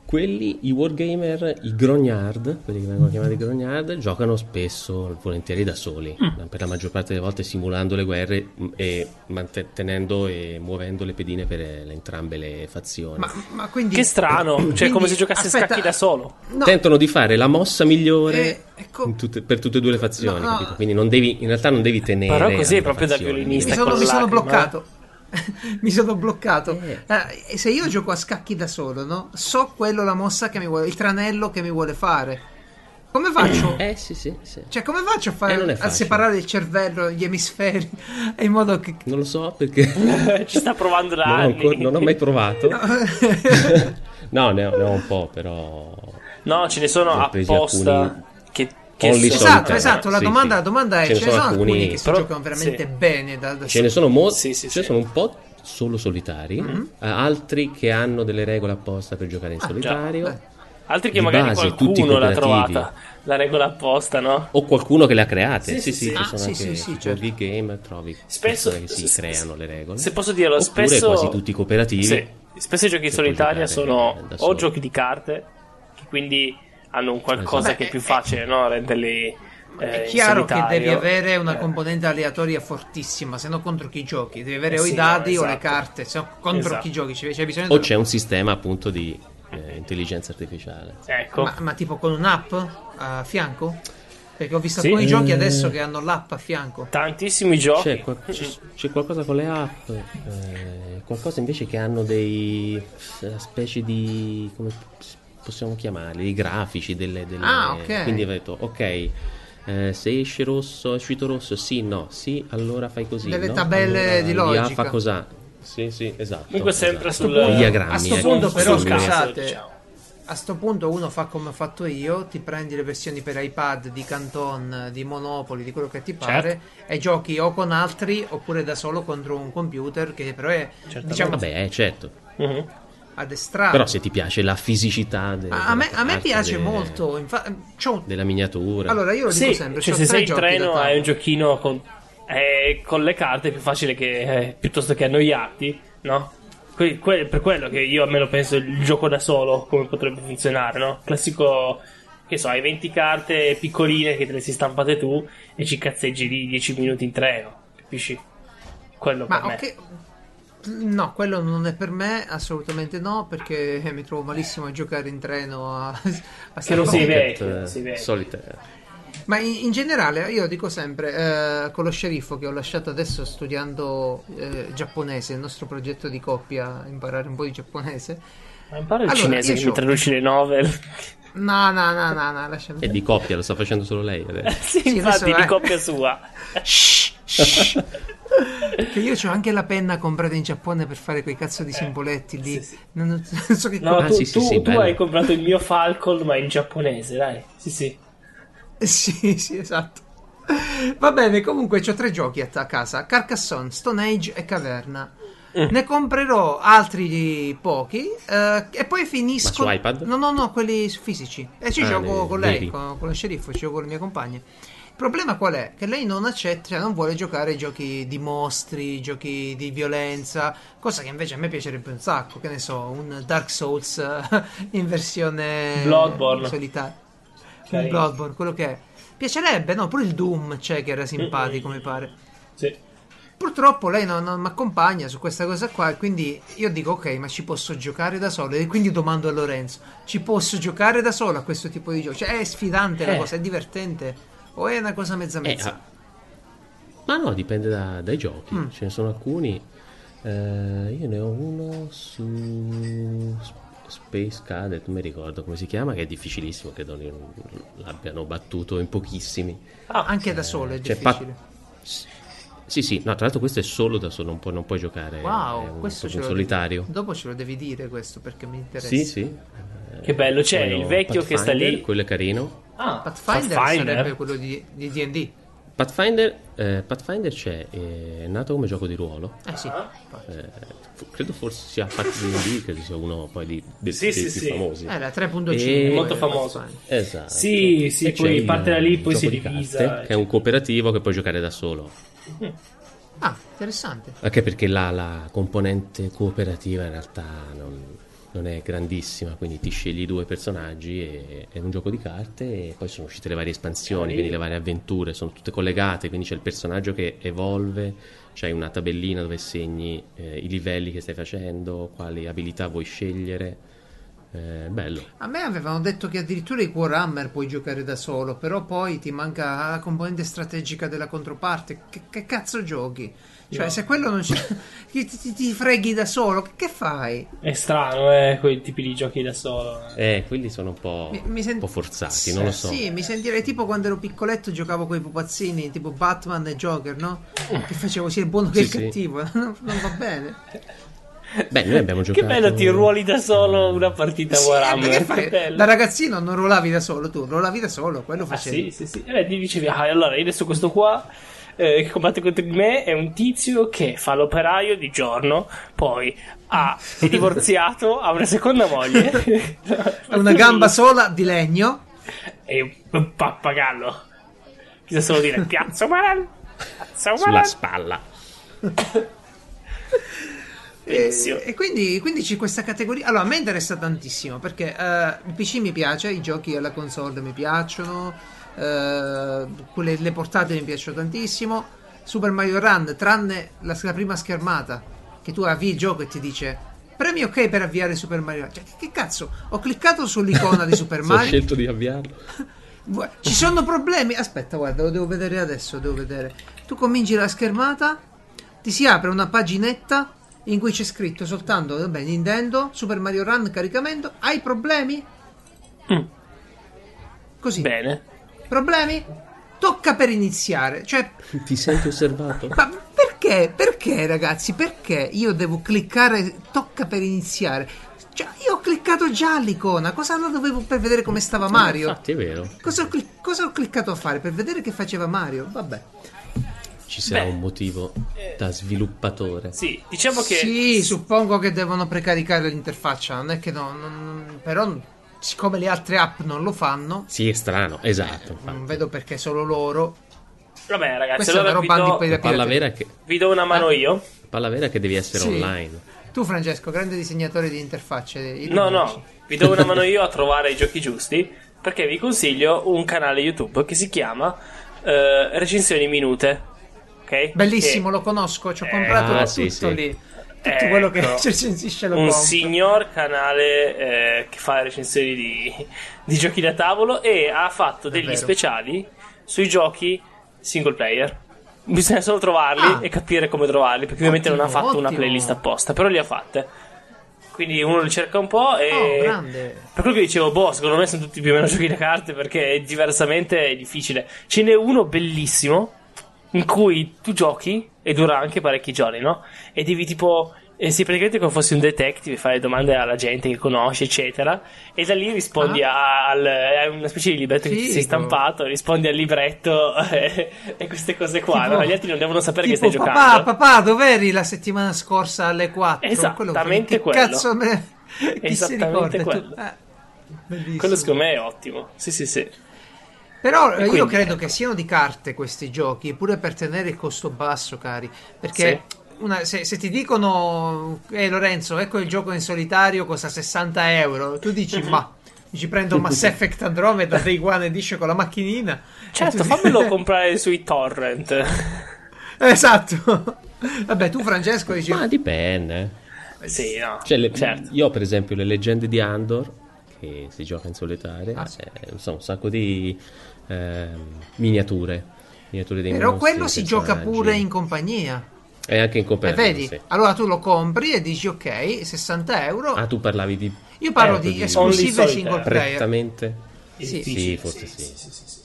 Quelli, i wargamer, i grognard, quelli che vengono chiamati grognard, giocano spesso, volentieri da soli, Mm. per la maggior parte delle volte simulando le guerre mh, e mantenendo e muovendo le pedine per eh, le- entrambe le fazioni. Ma, ma quindi... Che strano, cioè Quindi, come se giocasse a aspetta, scacchi da solo. No, Tentano di fare la mossa migliore Eh, ecco- in tutte- per tutte e due le fazioni, No, no. capito? Quindi non devi, in realtà non devi tenere. Però così è alla proprio da fazione, violinista. mi sono, con mi sono lacrime, bloccato. mi sono bloccato. Eh, se io gioco a scacchi da solo, no? So quello la mossa che mi vuole, il tranello che mi vuole fare. Come faccio? Eh sì, sì, sì. Cioè, come faccio a, Eh, fare, non è a facile. separare il cervello, gli emisferi, in modo che... Non lo so perché Ci sta provando da non, ho anni. ancora- non ho mai provato. no, ne ho, ne ho un po', però. No, ce ne sono Ne ho presi apposta. alcuni Che, che only sono- Esatto, Solitario, esatto, la, sì, domanda, sì. la domanda è, ce ne sono, alcuni, che si però- giocano veramente sì. bene da, da Ce ne sono molti. Sì, sì, ce sì. ne sono un po' solo solitari, eh, altri che hanno delle regole apposta per giocare in solitario. beh. Altri che Di magari base, tutti qualcuno l'ha cooperativi. trovata. La regola apposta, no? O qualcuno che le ha create. Sì, sì, sì. ci Ah, sono sì, anche sì, sì, sui certo. giochi game, trovi Spesso- persone che si se- creano le regole. Se posso dirlo, Oppure spesso. quasi tutti i cooperativi. Sì, spesso i giochi in Se puoi solitaria giocare sono da o solo. giochi di carte, che quindi hanno un qualcosa Esatto. che è più Beh, facile, no? Renderli. Ma è eh, in chiaro che solitario. devi avere una Eh, componente aleatoria fortissima, se no contro chi giochi? Devi avere Eh o sì, i dadi no, o le esatto. carte, se no contro Esatto. chi giochi? C'è, c'è bisogno O di- c'è un sistema appunto di eh, intelligenza artificiale. Ecco. ma, ma tipo con un'app a fianco? Perché ho visto Sì. Mm. alcuni giochi Eh. adesso che hanno l'app a fianco. Tantissimi giochi. C'è, qual- c'è- c'è qualcosa con le app, eh, qualcosa invece che hanno dei una specie di come possiamo chiamarli, i grafici delle, delle- Ah, ok. quindi ho detto ok. eh, se esce rosso, è uscito rosso, sì, no, sì, allora fai così. Delle no, tabelle allora di l'IA logica. fa cos'ha. Sì, sì, esatto. Comunque sempre esatto. sul- I diagrammi. a sto ecco, punto però sul- caso, scusate, diciamo. a sto punto uno fa come ho fatto io, ti prendi le versioni per iPad di Canton, di Monopoli, di quello che ti pare Certo. e giochi o con altri oppure da solo contro un computer che però è diciamo Vabbè, eh, certo. Mhm. addestrato. Però eh, se ti piace la fisicità de- Ah. a, a me, della a me carta, piace de- molto, infatti, c'ho- della miniatura. allora io lo dico Sì, sempre, cioè, c'ho tre se sei in giochi da treno tavolo. hai un giochino con, eh, con le carte è più facile che eh, piuttosto che annoiarti, no? Que- que- per quello che io almeno penso il gioco da solo come potrebbe funzionare, no? Classico che so, hai 20 carte piccoline che te le sei stampate tu e ci cazzeggi lì 10 minuti in treno, capisci? Quello Ma per me. ok. No, quello non è per me, assolutamente no, perché eh, mi trovo malissimo a giocare in treno a, a Che non San si Paolo. vede, Pocket, non si vede. solitaire. Ma in, in generale, io dico sempre, eh, con lo sceriffo che ho lasciato adesso studiando eh, giapponese, il nostro progetto di coppia, imparare un po' di giapponese. Ma impara il Allora, cinese io che c'ho- mi traduci le novel. No, no, no, no, no lasciami. E di coppia, lo sta facendo solo lei adesso. sì, Sì, adesso, infatti, di eh. coppia sua. Shh, shh. Che io ho anche la penna comprata in Giappone per fare quei cazzo di simboletti lì. Non, non so che No, Ah, tu, sì, sì, tu- sì, tu bello. hai comprato il mio Falcon, ma in giapponese, dai. Sì, sì. Sì, sì, esatto. Va bene, comunque ho tre giochi a, a casa: Carcassonne, Stone Age e Caverna. Mm. Ne comprerò altri di pochi eh, e poi finisco. Ma su iPad? No, no, no, quelli fisici. E ci Ah, gioco nei- con veri. lei, con, con lo sceriffo, ci gioco con le mie compagne. Il problema qual è? Che lei non accetta, cioè non vuole giocare ai giochi di mostri, giochi di violenza, cosa che invece a me piacerebbe un sacco. Che ne so, un Dark Souls eh, in versione Bloodborne. solitaria. Un Carino. Bloodborne, quello che è. Piacerebbe, no? Pure il Doom c'è che era simpatico, mi pare. Sì. Eh, Purtroppo lei non, non mi accompagna su questa cosa qua e quindi io dico ok, ma ci posso giocare da solo? E quindi domando a Lorenzo, ci posso giocare da solo a questo tipo di gioco? Cioè è sfidante la Eh. cosa, è divertente o è una cosa mezza Eh, mezza? ah. ma no, dipende da- dai giochi. Mm. Ce ne sono alcuni. Eh, io ne ho uno su Sp- Space Cadet, non mi ricordo come si chiama, che è difficilissimo, credo ne- l'abbiano battuto in pochissimi. Anche da solo è Cioè, pa- difficile. Sì, sì, no, tra l'altro questo è solo da solo, non, puoi- non puoi giocare Wow, è un, questo proprio ce un lo solitario. devi- dopo ce lo devi dire questo perché mi interessa. Sì, sì. Che bello, c'è Quello il vecchio che sta Pathfinder, lì. Quello è carino. Ah, Pathfinder, Pathfinder. sarebbe quello di di D&D. Pathfinder, eh, Pathfinder c'è, eh, è nato come gioco di ruolo, Eh sì. eh, fu- credo forse sia Pathfinder, credo sia uno poi di, dei- Sì, dei sì, più sì. famosi. Era 3.5. E- poi Molto era famoso. Pathfinder. Esatto. Sì, sì, E poi c'è il parte da lì, poi gioco si di divisa, cioè. carte, che è eccetera. un cooperativo che puoi giocare da solo, Ah, interessante. anche perché là la componente cooperativa in realtà non, non è grandissima, quindi ti scegli due personaggi, e, è un gioco di carte e poi sono uscite le varie Eh, espansioni, quindi le varie avventure, sono tutte collegate, quindi c'è il personaggio che evolve, c'è una tabellina dove segni eh, i livelli che stai facendo, quali abilità vuoi scegliere, Eh, bello. A me avevano detto che addirittura i Warhammer puoi giocare da solo, però poi ti manca la componente strategica della controparte. Che, che cazzo giochi? Cioè, se quello non c'è, ti, ti- ti freghi da solo, che, che fai? È strano, eh, quei tipi di giochi da solo. eh. Eh, quelli sono un po', Mi- mi sent- un po' forzati, non lo so. Sì, mi sentirei tipo quando ero piccoletto giocavo con i pupazzini, tipo Batman e Joker, no? Che facevo sia il buono che Mm. Sì, il sì. cattivo, non, non va bene. Beh, noi abbiamo Che giocato... Mm. bello, ti ruoli da solo una partita Sì, eh, Warhammer. perché fai- Bello. da ragazzino non ruolavi da solo, tu ruolavi da solo, quello Ah, facevi. sì, sì, sì. E beh, ti dicevi, ah, allora io adesso questo qua eh, che combatte contro di me è un tizio che fa l'operaio di giorno, poi ha, è divorziato, ha una seconda moglie. Ah, Ha Una gamba sola di legno. E un pappagallo. Chissà solo dire, piazza Umaran. Piazza Sulla Umaran. spalla. Benissimo. E, e quindi, quindi c'è questa categoria. Allora, a me interessa tantissimo perché eh, il PC mi piace, i giochi alla console mi piacciono, eh, quelle, le portate mi piacciono tantissimo. Super Mario Run, tranne la, la prima schermata, che tu avvii il gioco e ti dice premi ok per avviare Super Mario Run. Cioè, che, che cazzo? Ho cliccato sull'icona di Super Ho Mario. scelto di avviarlo. Gua- Ci sono problemi. Aspetta, guarda, lo devo vedere adesso. Devo vedere. Tu cominci la schermata, ti si apre una paginetta in cui c'è scritto soltanto vabbè, Nintendo, Super Mario Run, caricamento. Hai problemi? Mm. Così. Bene. Problemi? Tocca per iniziare. Cioè, Ti senti osservato? ma perché? Perché, ragazzi? Perché io devo cliccare tocca per iniziare? Cioè, io ho cliccato già l'icona. Cosa la dovevo per vedere come stava Mario? Eh, Infatti è vero. Cosa ho, clic- cosa ho cliccato a fare? Per vedere che faceva Mario? Vabbè. Ci sarà Beh, un motivo da sviluppatore. Sì, diciamo che... Sì, suppongo che devono precaricare l'interfaccia, non è che no, non- però siccome le altre app non lo fanno, Sì, è strano, esatto. infatti. non vedo perché solo loro. Vabbè ragazzi, Questa è una allora vi roba Ah, do, anti La palla vera è che, vi do una mano io. la palla vera è che devi essere Sì. online. Tu Francesco, grande disegnatore di interfacce. No, illuminaci. no, vi do una mano io a trovare i giochi giusti perché vi consiglio un canale YouTube che si chiama eh, Recensioni Minute. Ok? Bellissimo, Che lo conosco, ci ho comprato ah, tutto sì, sì. lì. Tutto Ecco. quello che recensisce Cioè, lo un compro. signor canale eh, che fa recensioni di, di giochi da tavolo e ha fatto degli vero. speciali sui giochi single player. Bisogna solo trovarli Ah. e capire come trovarli, perché ovviamente non ha Ottimo, fatto una ottimo. playlist apposta, però li ha fatte. Quindi uno li cerca un po' e... Oh, grande. Per quello che dicevo, boh, secondo me sono tutti più o meno giochi da carte perché diversamente è difficile. Ce n'è uno bellissimo in cui tu giochi e dura anche parecchi giorni, no? E devi tipo. eh, sei praticamente come fossi un detective, fai domande alla gente che conosci, eccetera. E da lì rispondi a- al, a una specie di libretto che ti sei Figo. stampato, rispondi al libretto e, e queste cose qua. Tipo- no? Gli altri non devono sapere che Tipo, stai papà, giocando. papà, dov'eri la settimana scorsa alle 4? Esattamente che quello. cazzo me... Chi si Esattamente ricorda? Tu- quello. eh, bellissimo. Quello secondo me è ottimo. Sì, sì, sì. Però eh, E io quindi- credo che siano di carte questi giochi, pure per tenere il costo basso, cari. Perché una- se, se ti dicono, eh Lorenzo, ecco il gioco in solitario, costa 60 euro, tu dici, ma ci prendo Mass Effect Andromeda Day One Edition con la macchinina. E Certo, tu- fammelo comprare sui torrent. Esatto. Vabbè, tu Francesco dici... Ma dipende. eh. Sì, no. Cioè, le- certo. Io ho per esempio le leggende di Andor, che si gioca in solitaria, Ah. eh, sono un sacco di ehm, miniature. miniature dei Però mostri, quello si personaggi. gioca pure in compagnia. E anche in E cooperativa, vedi? sì. Allora tu lo compri e dici ok, 60 euro. Ah, tu parlavi di... Io parlo eh, di only esclusive solitaire. single player. Prettamente... Sì. Sì, forse sì. sì, sì, sì.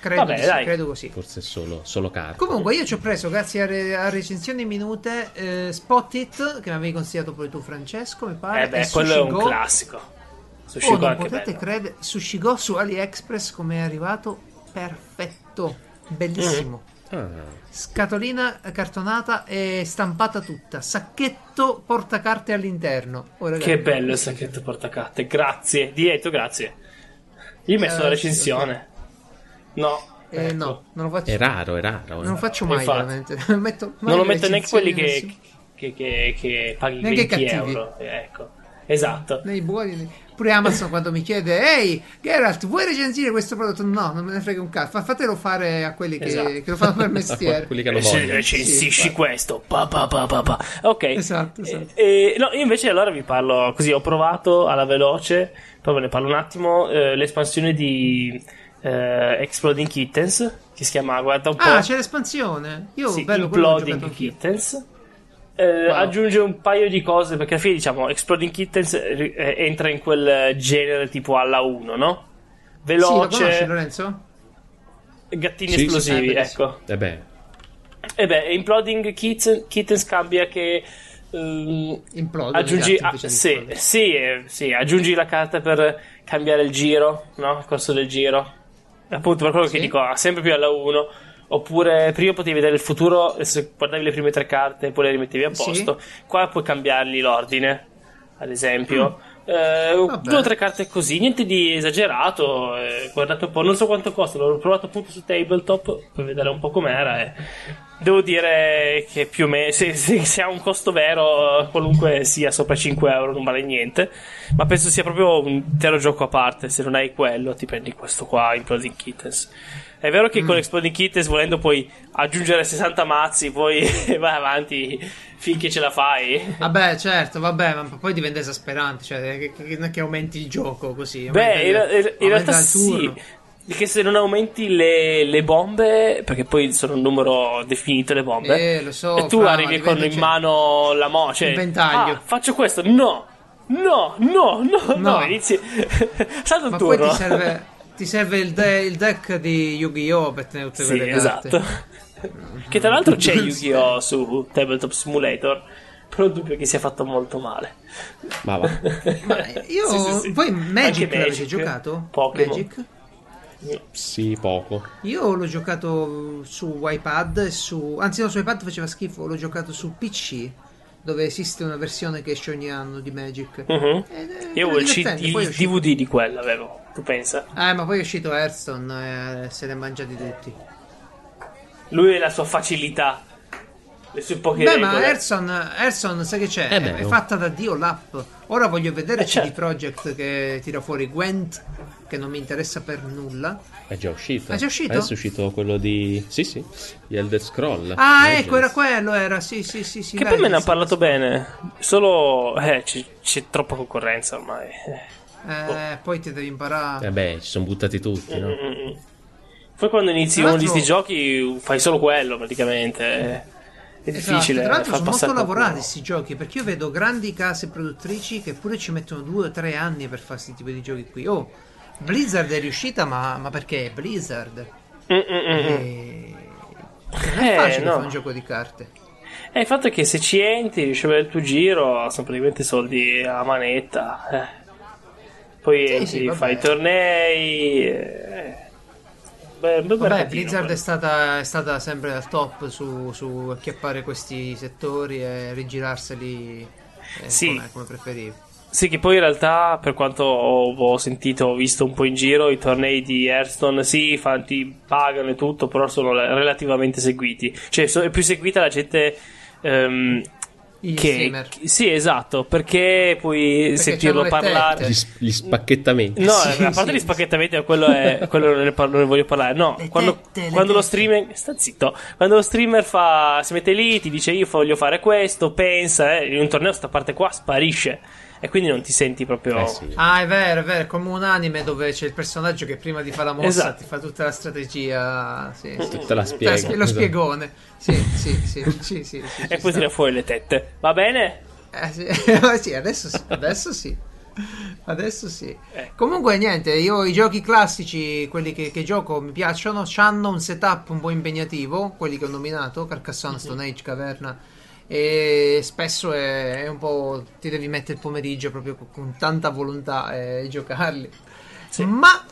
Credo, Vabbè, di sì, dai. credo così. Forse solo, solo carte. Comunque, io ci ho preso, grazie a, re- a recensioni minute, eh, Spot It, che mi avevi consigliato poi tu, Francesco. Mi pare. Eh beh, Ah, e quello Sushi è un Go. classico. Sushi Oh, Go è non anche potete bello. credere, Sushi Go su AliExpress come è arrivato, perfetto, Mm. bellissimo. Ah, Scatolina cartonata e stampata tutta, sacchetto portacarte all'interno. Oh, ragazzi, Che bello il sacchetto portacarte. Grazie, dietro, grazie. Io ho messo Eh, la sì, recensione. No. Ecco. eh, no, non lo faccio, è raro, è raro. eh. non lo faccio mai Infatti. veramente. Non metto, mai non lo le metto neanche quelli recensioni che, che, che- che paghi Neanche i 20 cattivi. euro. Eh, Ecco. Esatto. nei buoni. nei- Pure Amazon quando mi chiede, ehi Geralt, vuoi recensire questo prodotto? No, non me ne frega un cazzo. fa- Fatelo fare a quelli che, Esatto. che lo fanno per A mestiere. quelli che hanno Rec- voglia. recensisci infatti. questo. Pa, pa, pa, pa, pa. Ok. Esatto, esatto. E, e- no, io invece allora vi parlo così. Ho provato alla veloce, poi ve ne parlo un attimo. eh, l'espansione di eh, Exploding Kittens. Che si chiama, guarda un po'. Ah, c'è l'espansione. Io sì, bello quello ho giocato Imploding anch'io. Kittens. Eh, Wow. Aggiunge un paio di cose perché alla fine, diciamo, Exploding Kittens eh, entra in quel genere tipo alla 1, no? Sì, lo conosci Veloce, Lorenzo? gattini Sì, sì, esplosivi, sì, bellissimo. ecco. Eh beh, E Eh beh, Imploding Kittens, Kittens cambia che. ehm, Implode. aggiungi, esatto, ah, invece di sì, implodere. sì, eh, sì, aggiungi la carta per cambiare il giro, no? Il corso del giro. Appunto, per quello Sì. che dico, ah, sempre più alla 1. Oppure prima potevi vedere il futuro, eh, se guardavi le prime tre carte e poi le rimettevi a Sì. posto. Qua puoi cambiargli l'ordine, ad esempio. Eh, Vabbè. due o tre carte così, niente di esagerato. eh, guardate un po', non so quanto costa, l'ho provato appunto su tabletop, puoi vedere un po' com'era. e Devo dire che più o meno se, se- se ha un costo vero, qualunque sia sopra 5 euro non vale niente. Ma penso sia proprio un intero gioco a parte. Se non hai quello, ti prendi questo qua, Imploding Kittens. È vero che con Exploding Kittens, volendo, puoi aggiungere 60 mazzi, poi vai avanti finché ce la fai. Vabbè, certo, vabbè, ma poi diventa esasperante. Cioè, che, che- che- che aumenti il gioco così. Beh, aumenta il- in, in- in aumenta realtà il turno. sì. Che se non aumenti le, le bombe, perché poi sono un numero definito le bombe, Eh, lo so, e tu fra, arrivi diventa- con in cioè- mano la mo, cioè, Il ventaglio. "Ah, faccio questo, no, no, no, no, no, No. inizi, salta il Ma turno. poi ti serve, ti serve il, de- il deck di Yu-Gi-Oh! per tenere tutte sì, quelle carte. esatto. che tra l'altro c'è Yu-Gi-Oh! su Tabletop Simulator, però dubito che sia fatto molto male. ma va. Ma io. Sì, sì, sì. Voi Anche Magic l'avete Magic, giocato? Pokémon. Magic? Sì, poco. Io l'ho giocato su iPad e su... anzi no, su iPad faceva schifo, l'ho giocato su PC, dove esiste una versione che esce ogni anno di Magic. Mhm. Ed è- Io era ho il, divertente, CD, Eh, poi è il uscito- DVD di quella, avevo, tu pensa? Eh, ma poi è uscito Hearthstone e se l'è mangiati tutti. Lui e la sua facilità, le sue poche Beh, ma regole. Hearthstone, Hearthstone, sai che c'è? Eh È- beh, è, no. fatta da Dio l'app. Ora voglio vedere Eh, CD certo. Projekt che tira fuori Gwent, che non mi interessa per nulla. Eh, È già uscito. Ah, È già uscito? Adesso è uscito quello di. Sì, sì. Di Elder Scroll. Eh, Ah, Legends. ecco, era quello, era, sì, sì, sì, sì. Che vedi, poi me ne ha sì. parlato bene, solo eh, c'è, c'è troppa concorrenza ormai. Eh, poi ti devi imparare... Eh beh, ci sono buttati tutti, no? Mm, mm. Poi quando inizi Tra uno di l'altro- questi giochi fai solo quello praticamente. È Esatto, difficile. eh, Tra l'altro far sono molto passare lavorati qualcuno. questi giochi perché io vedo grandi case produttrici che pure ci mettono due o tre anni per fare questi tipi di giochi qui. Oh, Blizzard è riuscita, ma, ma perché è Blizzard? Mm, mm, mm, mm. E... Non è Eh, facile no. fare un gioco di carte. E Eh, il fatto è che se ci entri, riesci a avere il tuo giro, sono praticamente soldi a manetta. eh. Poi Sì, entri, sì, vabbè. fai i tornei. eh. Beh, un bel Vabbè, mercatino, Blizzard quello. è stata, è stata sempre al top su, su acchiappare questi settori e rigirarseli eh, Sì. come, come preferivi. Sì, che poi in realtà, per quanto ho, ho sentito, ho visto un po' in giro, i tornei di Hearthstone sì, fan- ti pagano e tutto, però sono le- relativamente seguiti. Cioè, so- è più seguita la gente. ehm, Gli che, streamer. che- sì, esatto, perché puoi sentirlo c'hanno le parlare. Gli, sp- gli spacchettamenti. Eh. Eh No, Sì, a parte sì. gli spacchettamenti, ma quello, è, quello non, ne parlo, non ne voglio parlare. No, Le quando, tette, le quando lo tette. streamer. Sta zitto. Quando lo streamer fa, si mette lì, ti dice io voglio fare questo, pensa, eh, in un torneo sta parte qua sparisce. E quindi non ti senti proprio. Eh sì. Ah, è vero, è vero, è come un anime dove c'è il personaggio che prima di fare la mossa Esatto. ti fa tutta la strategia. Sì, sì. Tutta la Te la spiega. esatto. spie- lo spiegone. Sì, sì, sì, sì, sì, sì, sì, E ci poi sta. tira fuori le tette. Va bene? Oh, Eh, sì. Eh, sì, adesso sì, adesso sì. Adesso sì. Eh. Comunque, niente, io i giochi classici, quelli che, che gioco mi piacciono, hanno un setup un po' impegnativo, quelli che ho nominato, Carcassonne, Stone Age, Caverna. E spesso è, è un po'. ti devi mettere il pomeriggio proprio con, con tanta volontà e giocarli. Ma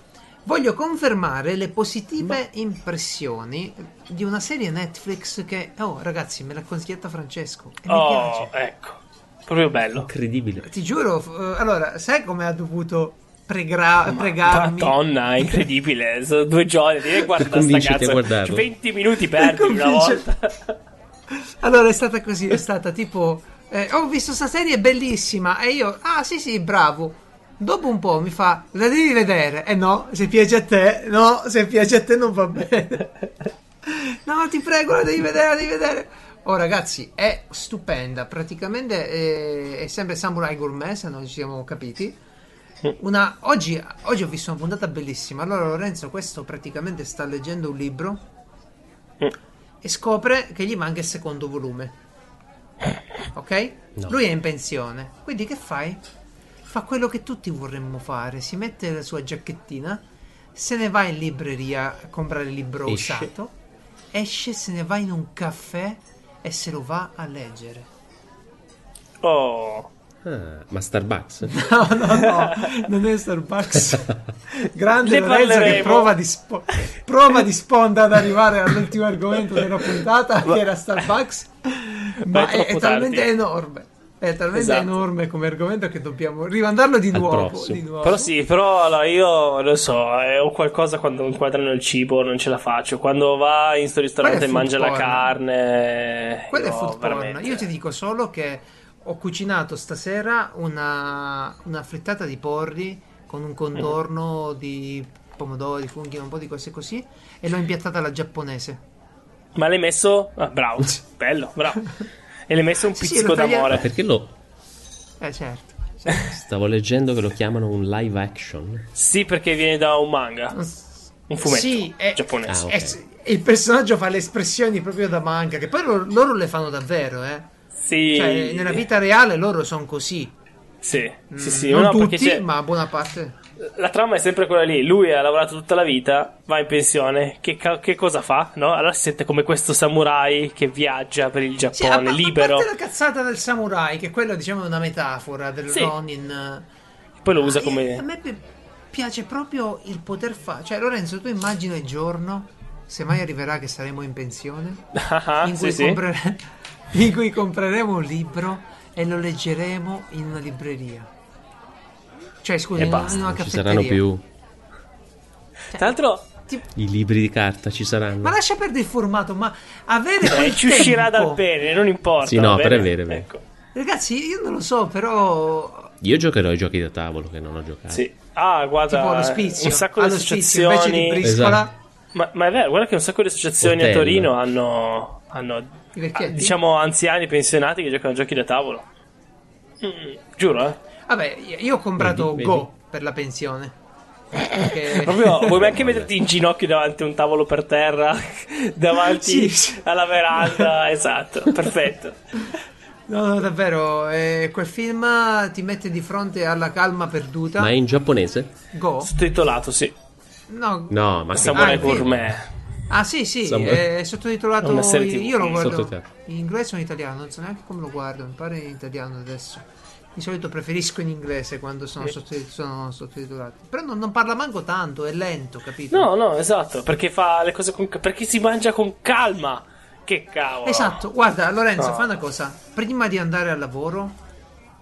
voglio confermare le positive impressioni di una serie Netflix che. Oh, ragazzi, me l'ha consigliata Francesco. E mi piace. Oh, ecco. Proprio bello. Incredibile. Ti giuro, f- eh, allora, sai come ha dovuto pregra- pregarmi? Madonna, incredibile. Sono due giorni. Dire, guarda sta convincerti a cazzo. guardarlo. 20 minuti perdi Per una convincerti. volta. Allora è stata così, è stata tipo, eh, ho visto sta serie, è bellissima, e io, ah sì sì, bravo. Dopo un po' mi fa, la devi vedere, e no, se piace a te, no, se piace a te non va bene. No, ti prego, la devi vedere, la devi vedere. Oh ragazzi, è stupenda, praticamente eh, è sempre Samurai Gourmet, se non ci siamo capiti. Una- oggi, oggi ho visto una puntata bellissima. Allora, Lorenzo, questo praticamente sta leggendo un libro Mm. e scopre che gli manca il secondo volume. Ok? No. Lui è in pensione. Quindi che fai? Fa quello che tutti vorremmo fare. Si mette la sua giacchettina, se ne va in libreria a comprare il libro Esce. usato, esce, se ne va in un caffè e se lo va a leggere. Oh. Ah, ma Starbucks? No, no, no, non è Starbucks. Grande Ne Lorenzo che parleremo. prova di, spo- prova di sponda ad arrivare all'ultimo argomento della puntata, che era Starbucks. Ma è è, troppo è talmente tardi. enorme. È talmente Esatto. enorme come argomento che dobbiamo rimandarlo di Al nuovo. prossimo. Di nuovo. Però sì, però allora, io lo so, eh, ho qualcosa quando inquadrano il cibo, non ce la faccio. Quando va in sto ristorante e Quello è food mangia la porn. carne. Quello è io food porn. veramente- Io ti dico solo che ho cucinato stasera una, una frittata di porri con un contorno di pomodori, funghi, un po' di cose così e l'ho impiattata alla giapponese. Ma l'hai messo? Ah, bravo, bello, bravo. E l'hai messo un Sì, sì, pizzico l'ho tagliato. d'amore. Perché lo Eh certo. stavo leggendo che lo chiamano un live action? Sì, perché viene da un manga, un fumetto Sì, è- giapponese. Ah, ok. Eh, sì, il personaggio fa le espressioni proprio da manga, che poi loro, loro le fanno davvero, eh. Sì, Cioè, nella vita reale loro sono così. Sì, sì, sì. non no, perché tutti, c'è- ma buona parte. La trama è sempre quella lì. Lui ha lavorato tutta la vita, va in pensione. Che, ca- che cosa fa? No? Allora si sente come questo samurai che viaggia per il Sì, a, Giappone, a- a libero. parte la cazzata del samurai, che quello diciamo è una metafora del Sì. Ronin. Poi lo usa Ah, come. e- A me pi- piace proprio il poter fare. Cioè, Lorenzo, tu immagina il giorno, se mai arriverà che saremo in pensione, Ah, in, sì, cui sì. comprere- in cui compreremo un libro e lo leggeremo in una libreria. Cioè, scusa, E in una, basta, in una Non ci caffetteria. saranno più Tra l'altro, i libri di carta, ci saranno. Ma lascia perdere il formato, ma avere eh, quel ci uscirà tempo- dal bene, non importa. Sì, va no, però bene? è vero, è vero. Ecco, Ragazzi, io non lo so, però... Io giocherò ai giochi da tavolo che non ho giocato. sì. Ah, Tipo guarda, all'ospizio, un sacco di all'ospizio, invece di associazioni. briscola, Esatto. Ma, ma è vero, guarda che un sacco di associazioni Hotel. a Torino hanno, hanno i vecchietti. ah, diciamo anziani pensionati che giocano a giochi da tavolo. Mm, giuro, eh. Vabbè, io ho comprato Vedi, Go vedi. per la pensione. Perché- Proprio, vuoi anche metterti in ginocchio davanti a un tavolo per terra, Sì, davanti sì. alla veranda, esatto, perfetto. No, no, davvero, eh, quel film ti mette di fronte alla calma perduta. Ma è in giapponese? Go? Sottotitolato, sì. No. No, ma Samurai Ah, che- sì. Gourmet. Ah, sì, sì, Samurai. è sottotitolato. Una serie TV, Io lo mm, guardo sottotitolato. in inglese o in italiano, non so neanche come lo guardo, mi pare in italiano adesso. Di solito preferisco in inglese quando sono, sottotit- sono sottotitolati. Però non, non parla manco tanto, è lento, capito? No, no, esatto, perché fa le cose con perché si mangia con calma. Che cavolo. Esatto, guarda Lorenzo, No. fai una cosa. Prima di andare al lavoro,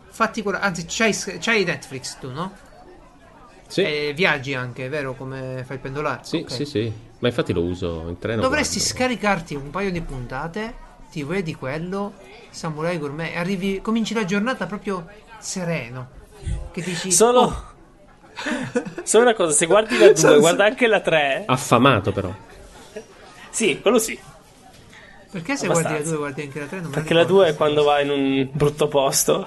fatti cura- Anzi, c'hai, c'hai Netflix tu, no? Sì, E viaggi anche, vero? Come fai il pendolare? sì, Eh, Ok. sì, sì. Ma infatti lo uso in treno. Dovresti guardo. scaricarti un paio di puntate, ti vedi quello, Samurai Gourmet, e arrivi, cominci la giornata proprio sereno. Che dici... Solo "Oh, Solo una cosa, se guardi la 2, guarda anche la 3. Ah. Affamato però. Sì, quello sì. perché se abbastanza. guardi la 2 guardi anche la 3? Non me lo Perché la ricordo. 2 è quando va in un brutto posto.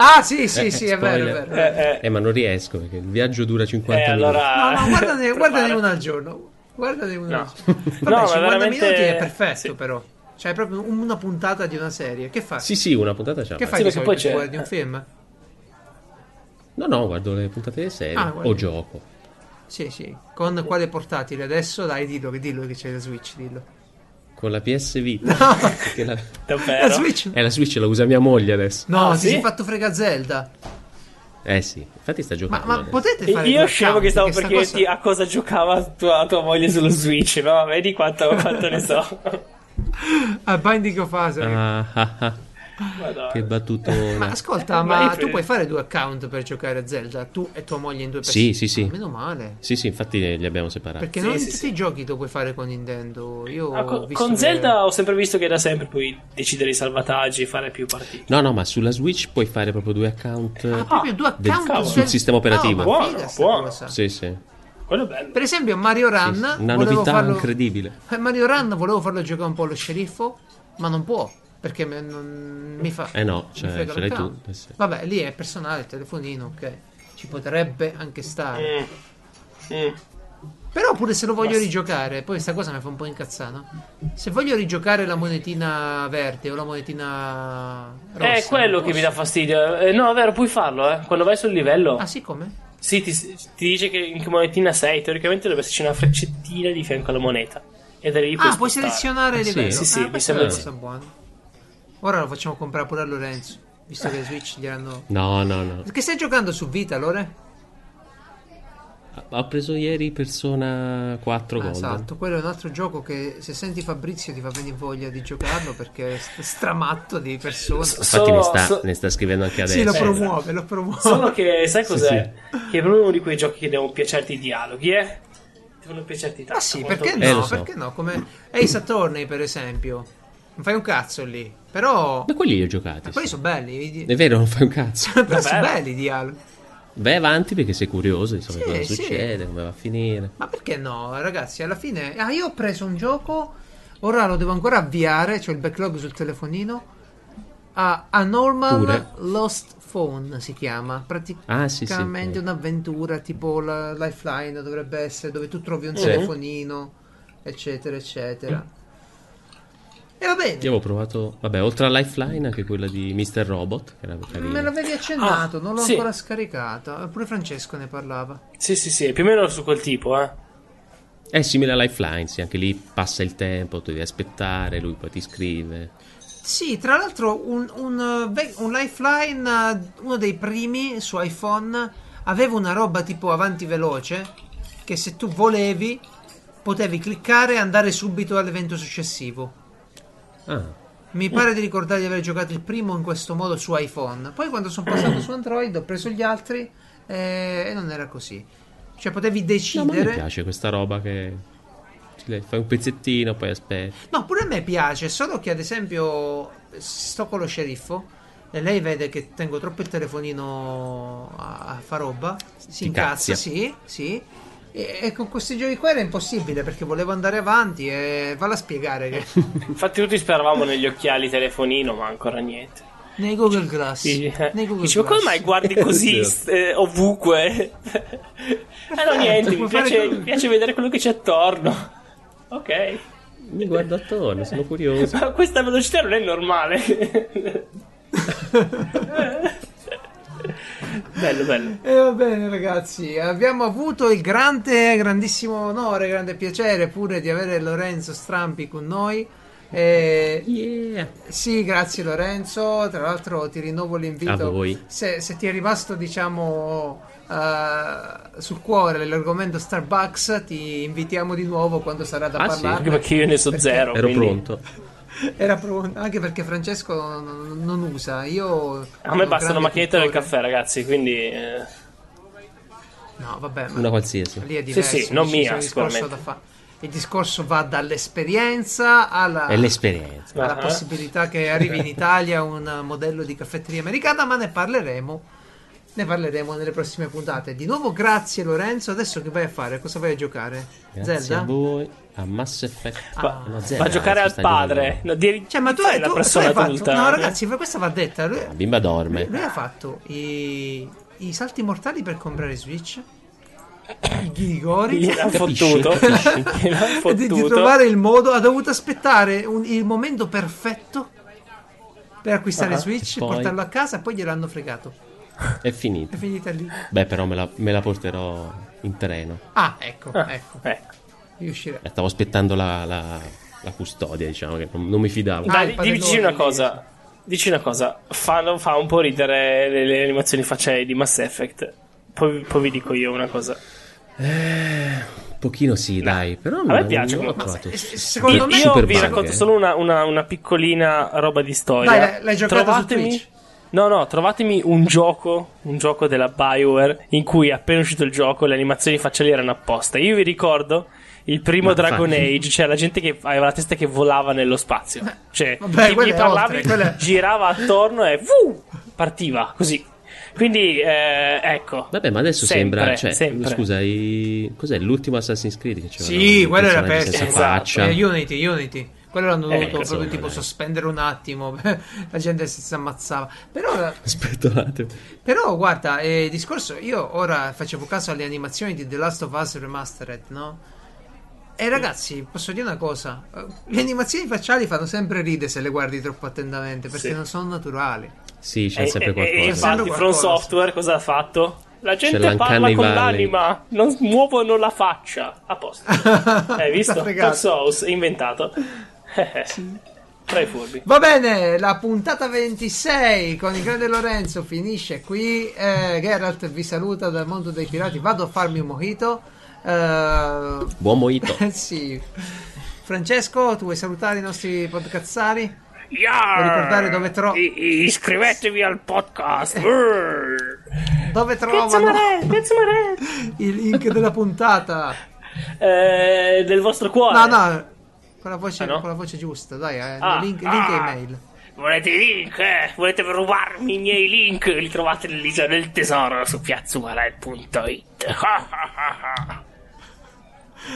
Ah sì, sì, Eh, sì, è vero, è spoiler. vero. Eh, eh, Eh, ma non riesco perché il viaggio dura eh, 50 minuti. allora. No, no, guardane, guardane prepara. una al giorno. Guardane una No. al giorno. Vabbè, No, ma 50 veramente- minuti è perfetto, sì. però. Cioè, è proprio un- una puntata di una serie. Che fai? Sì, sì, una puntata c'è. Che Che fai sì, di perché poi solito? c'è- Guardi un film? No, no, guardo le puntate delle serie Ah, guardi. o gioco. Sì, sì. Con quale portatile adesso? Dai, dillo che dillo che c'è la Switch, dillo. Con la PS Vita. Che la... La Davvero? Switch? Eh, la Switch la usa mia moglie adesso. No, Ah, ti sì? sei fatto frega Zelda. Eh sì, infatti sta Ma, giocando. ma adesso. potete fare E Io due scemo che account, stavo per sta chiederti cosa- a cosa giocava tua, tua moglie sullo Switch, no? Vedi quanto, quanto ne so. a Binding of Isaac. Ah, ah, ah, Madonna. che battuto. Ma ascolta, Ma ma, io- tu puoi fare due account per giocare a Zelda? Tu e tua moglie in due Sì, persone? sì, sì. Ah, Meno male. Sì, sì, infatti li abbiamo separati. Perché Sì, non sì, tutti sì. i giochi lo puoi fare con Nintendo. Io Ah, ho con, visto con che- Zelda ho sempre visto che da sempre puoi decidere i salvataggi e fare più partite. No, no, ma sulla Switch puoi fare proprio due account. Ah, proprio due del- account cavolo. su- sul sistema operativo. Ah, ma Buono, figa sta buono. cosa. Sì, sì. Quello è bello. Per esempio Mario Run Sì, sì. Una volevo novità farlo... incredibile. Eh, Mario Run volevo farlo giocare un po' allo sceriffo, ma non può. Perché me- non mi fa. Eh no, mi cioè, frega ce l'hai l'account. tu, eh sì. Vabbè, lì è personale, il telefonino, ok. Ci potrebbe anche stare. Mm. Mm. Però pure se lo voglio rigiocare, poi questa cosa mi fa un po' incazzare, no? Se voglio rigiocare la monetina verde o la monetina rossa. È quello non che mi dà posso. fastidio. Eh, no, è vero, puoi farlo, eh. Quando vai sul livello, Ah, sì, come? sì, ti, ti dice che in che monetina sei. Teoricamente dovrebbe esserci una freccettina di fianco alla moneta. E da lì Ah, puoi spostare. selezionare il Eh Sì, livello. sì, sì, Ah, mi questa è sembra una di cosa buona. Ora lo facciamo comprare pure a Lorenzo, visto che Switch gliel'hanno No, no, no. Che stai giocando su Vita, Lore? Ho preso ieri Persona 4 Ah, Golden. esatto, quello è un altro gioco che se senti Fabrizio ti fa venire voglia di giocarlo perché è st- stramatto di persone. S- Infatti Solo- ne, sta, so- ne sta scrivendo anche adesso. Sì, lo esatto. promuove, lo promuove. Solo che sai Sì, cos'è? Che è proprio uno di quei giochi che devono piacerti i dialoghi, eh? Devono piacerti tanto. Ma Ah, sì, molto perché Eh, no? lo so. Perché no? Come Ace Attorney, per esempio. Non fai un cazzo lì. Però... Ma quelli li ho giocati. Ma quelli sì. sono belli. i di- È vero, non fai un cazzo. Però sono Vabbè. belli i dialoghi. Vai avanti perché sei curioso di sapere Sì, cosa sì. succede, come va a finire. Ma perché no, ragazzi? Alla fine, ah, io ho preso un gioco, ora lo devo ancora avviare, cioè il backlog sul telefonino. A, a Normal Pure. Lost Phone si chiama, Ah, sì, sì, praticamente sì. un'avventura tipo la Lifeline dovrebbe essere, dove tu trovi un Sì. telefonino, eccetera, eccetera. E va bene, Io avevo provato, vabbè, oltre a Lifeline anche quella di Mr. Robot, che era me carina. l'avevi accennato, Ah, non l'ho sì. ancora scaricata, pure Francesco ne parlava. Sì, sì, sì, più o meno su quel tipo, eh. È simile a Lifeline, sì, anche lì passa il tempo, tu devi aspettare, lui poi ti scrive. Sì, tra l'altro un, un, eh, ve- un Lifeline, eh, uno dei primi su iPhone, aveva una roba tipo avanti veloce che se tu volevi potevi cliccare e andare subito all'evento successivo. Ah, Mi pare di ricordare di aver giocato il primo in questo modo su iPhone. Poi quando sono passato su Android ho preso gli altri eh, e non era così. Cioè potevi no, ma mi decidere... piace questa roba che ti- fai un pezzettino, poi aspetti. No, pure a me piace, solo che ad esempio sto con lo sceriffo e lei vede che tengo troppo il telefonino a, a fa roba, si Ti incazza, cazzia. sì, sì. E, e con questi giochi qua era impossibile perché volevo andare avanti e valla a spiegare che Infatti tutti speravamo negli occhiali telefonino, ma ancora niente. nei Google Glass, Sì. eh. nei Google Dicevo, Glass. come mai guardi così Sì. eh, ovunque? eh no, Esatto, niente, mi puoi fare piace, quello. mi piace vedere quello che c'è attorno. Ok, Mi guardo attorno, sono curioso. ma questa velocità non è normale. bello, bello. E va bene ragazzi, abbiamo avuto il grande, grandissimo onore, grande piacere pure di avere Lorenzo Strampi con noi. E Yeah! Sì, grazie Lorenzo. Tra l'altro ti rinnovo l'invito. A voi. Se, se ti è rimasto, diciamo, eh, sul cuore l'argomento Starbucks, ti invitiamo di nuovo quando sarà da Ah, sì? parlare. Anche perché io ne so zero. Ero quindi- pronto. Era pronto, anche perché Francesco non, non usa. Io A me basta una macchinetta del del caffè, ragazzi, quindi... eh, No, vabbè, ma Una qualsiasi. lì è diverso. sì, non lì ci mia, sono discorso sicuramente. da fa- Il discorso va dall'esperienza alla, È l'esperienza. alla Ah. possibilità che arrivi in Italia un modello di caffetteria americana, ma ne parleremo. Ne parleremo nelle prossime puntate. Di nuovo grazie Lorenzo. Adesso che vai a fare? Cosa vai a giocare? Grazie Zelda? a voi, a Mass Effect. Ah. no, Va Zelda, a giocare al adesso eh, sta padre. giocando. No, di- Cioè, ma tu fai hai, la tu, tu persona hai fatto... adulta. No ragazzi, ma questa va detta. Lui, La bimba dorme. lui ha fatto i, i salti mortali per comprare Switch. I Gli ghigori. l'ha Capisci, fottuto. capisci. Gli l'ha Di, di fottuto. trovare il modo, ha dovuto aspettare un- il momento perfetto per acquistare Ah, Switch, e poi? portarlo a casa e poi gliel'hanno fregato. È finita. È finita lì. Beh, però me la, me la porterò in treno. Ah, ecco, Ah, ecco. ecco. Riuscirà. Eh, Stavo aspettando la, la- la custodia, diciamo, che non, non mi fidavo. Ah, Dai, il padellone dici una lì, cosa. Dici una cosa. Fanno- fa un po' ridere le, le animazioni facciali di Mass Effect. Poi, poi vi dico io una cosa. Un pochino sì, dai, però Eh, me non- piace non come l'ho cosa. trovato. Eh, su- secondo Io- me- Io super vi bug, racconto eh. solo una, una- una piccolina roba di storia. Dai, l'hai- l'hai giocata su Twitch? No, no, trovatemi un gioco, un gioco della Bioware in cui appena uscito il gioco le animazioni facciali erano apposta. Io vi ricordo il primo Ma Dragon infatti. Age, cioè la gente che aveva la testa che volava nello spazio. Cioè, Vabbè, gli- quello gli è parlavi, oltre, quello è- girava attorno e vuh, partiva così. Quindi, eh, ecco. Vabbè, ma adesso Sempre, sembra. Cioè, sempre. scusa, i- cos'è l'ultimo Assassin's Creed che c'era? Sì, quello era Senza pessimo. esatto. faccia. Eh, Unity, Unity. Quello l'hanno Eh, dovuto insomma, proprio tipo dai. sospendere un attimo. la gente si, si ammazzava. Però, Aspetta un attimo. però guarda, eh, discorso, io ora facevo caso alle animazioni di The Last of Us Remastered, no? E ragazzi, posso dire una cosa, Eh, le animazioni facciali fanno sempre ridere se le guardi troppo attentamente perché Sì. non sono naturali. Sì, c'è E- sempre e- C'è E, qualcosa. sempre Eh, infatti, From qualcosa. Software cosa ha fatto? La gente l'Uncanny parla con Valley. l'anima, non muovono la faccia. A posto. Hai visto? T'ha fregato. Tom Souls, inventato. Eh, eh. Tra i furbi. Va bene, la puntata 26 con il grande Lorenzo finisce qui. Eh, Geralt vi saluta dal mondo dei pirati. Vado a farmi un mojito. Eh, Buon mojito. sì. Francesco, tu vuoi salutare i nostri podcazzari? Yar! Vuoi ricordare dove tro- I- i- iscrivetevi al podcast. Brrr. Dove Piazza trovano Mare, Piazza Mare. il link della puntata? Eh, del vostro cuore. No, no, con la voce, eh. Ah, no? con la voce giusta, dai, eh, Ah, link, link ah. e email. Volete i link? eh? Volete rubarmi i miei link? Li trovate nell'isola del tesoro su piazzumarai.it.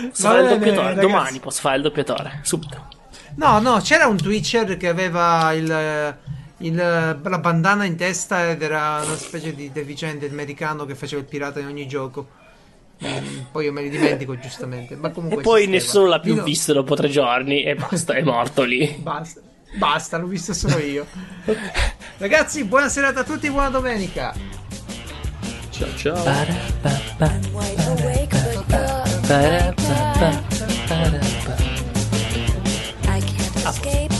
posso Va fare il bene, doppiatore? ragazzi. Domani posso fare il doppiatore. Subito. No, no, c'era un Twitcher che aveva il, il- la bandana in testa ed era una specie di deficiente americano che faceva il pirata in ogni gioco. Mm, Poi io me li dimentico, giustamente. Ma E comunque poi esisteva. nessuno l'ha più Io- visto dopo tre giorni e basta, è morto lì. Basta, basta, l'ho visto solo io. Ragazzi, buona serata a tutti, buona domenica. Ciao, ciao. I'm wide awake, but you're on my bed. I can't escape Oh, Oh, Oh,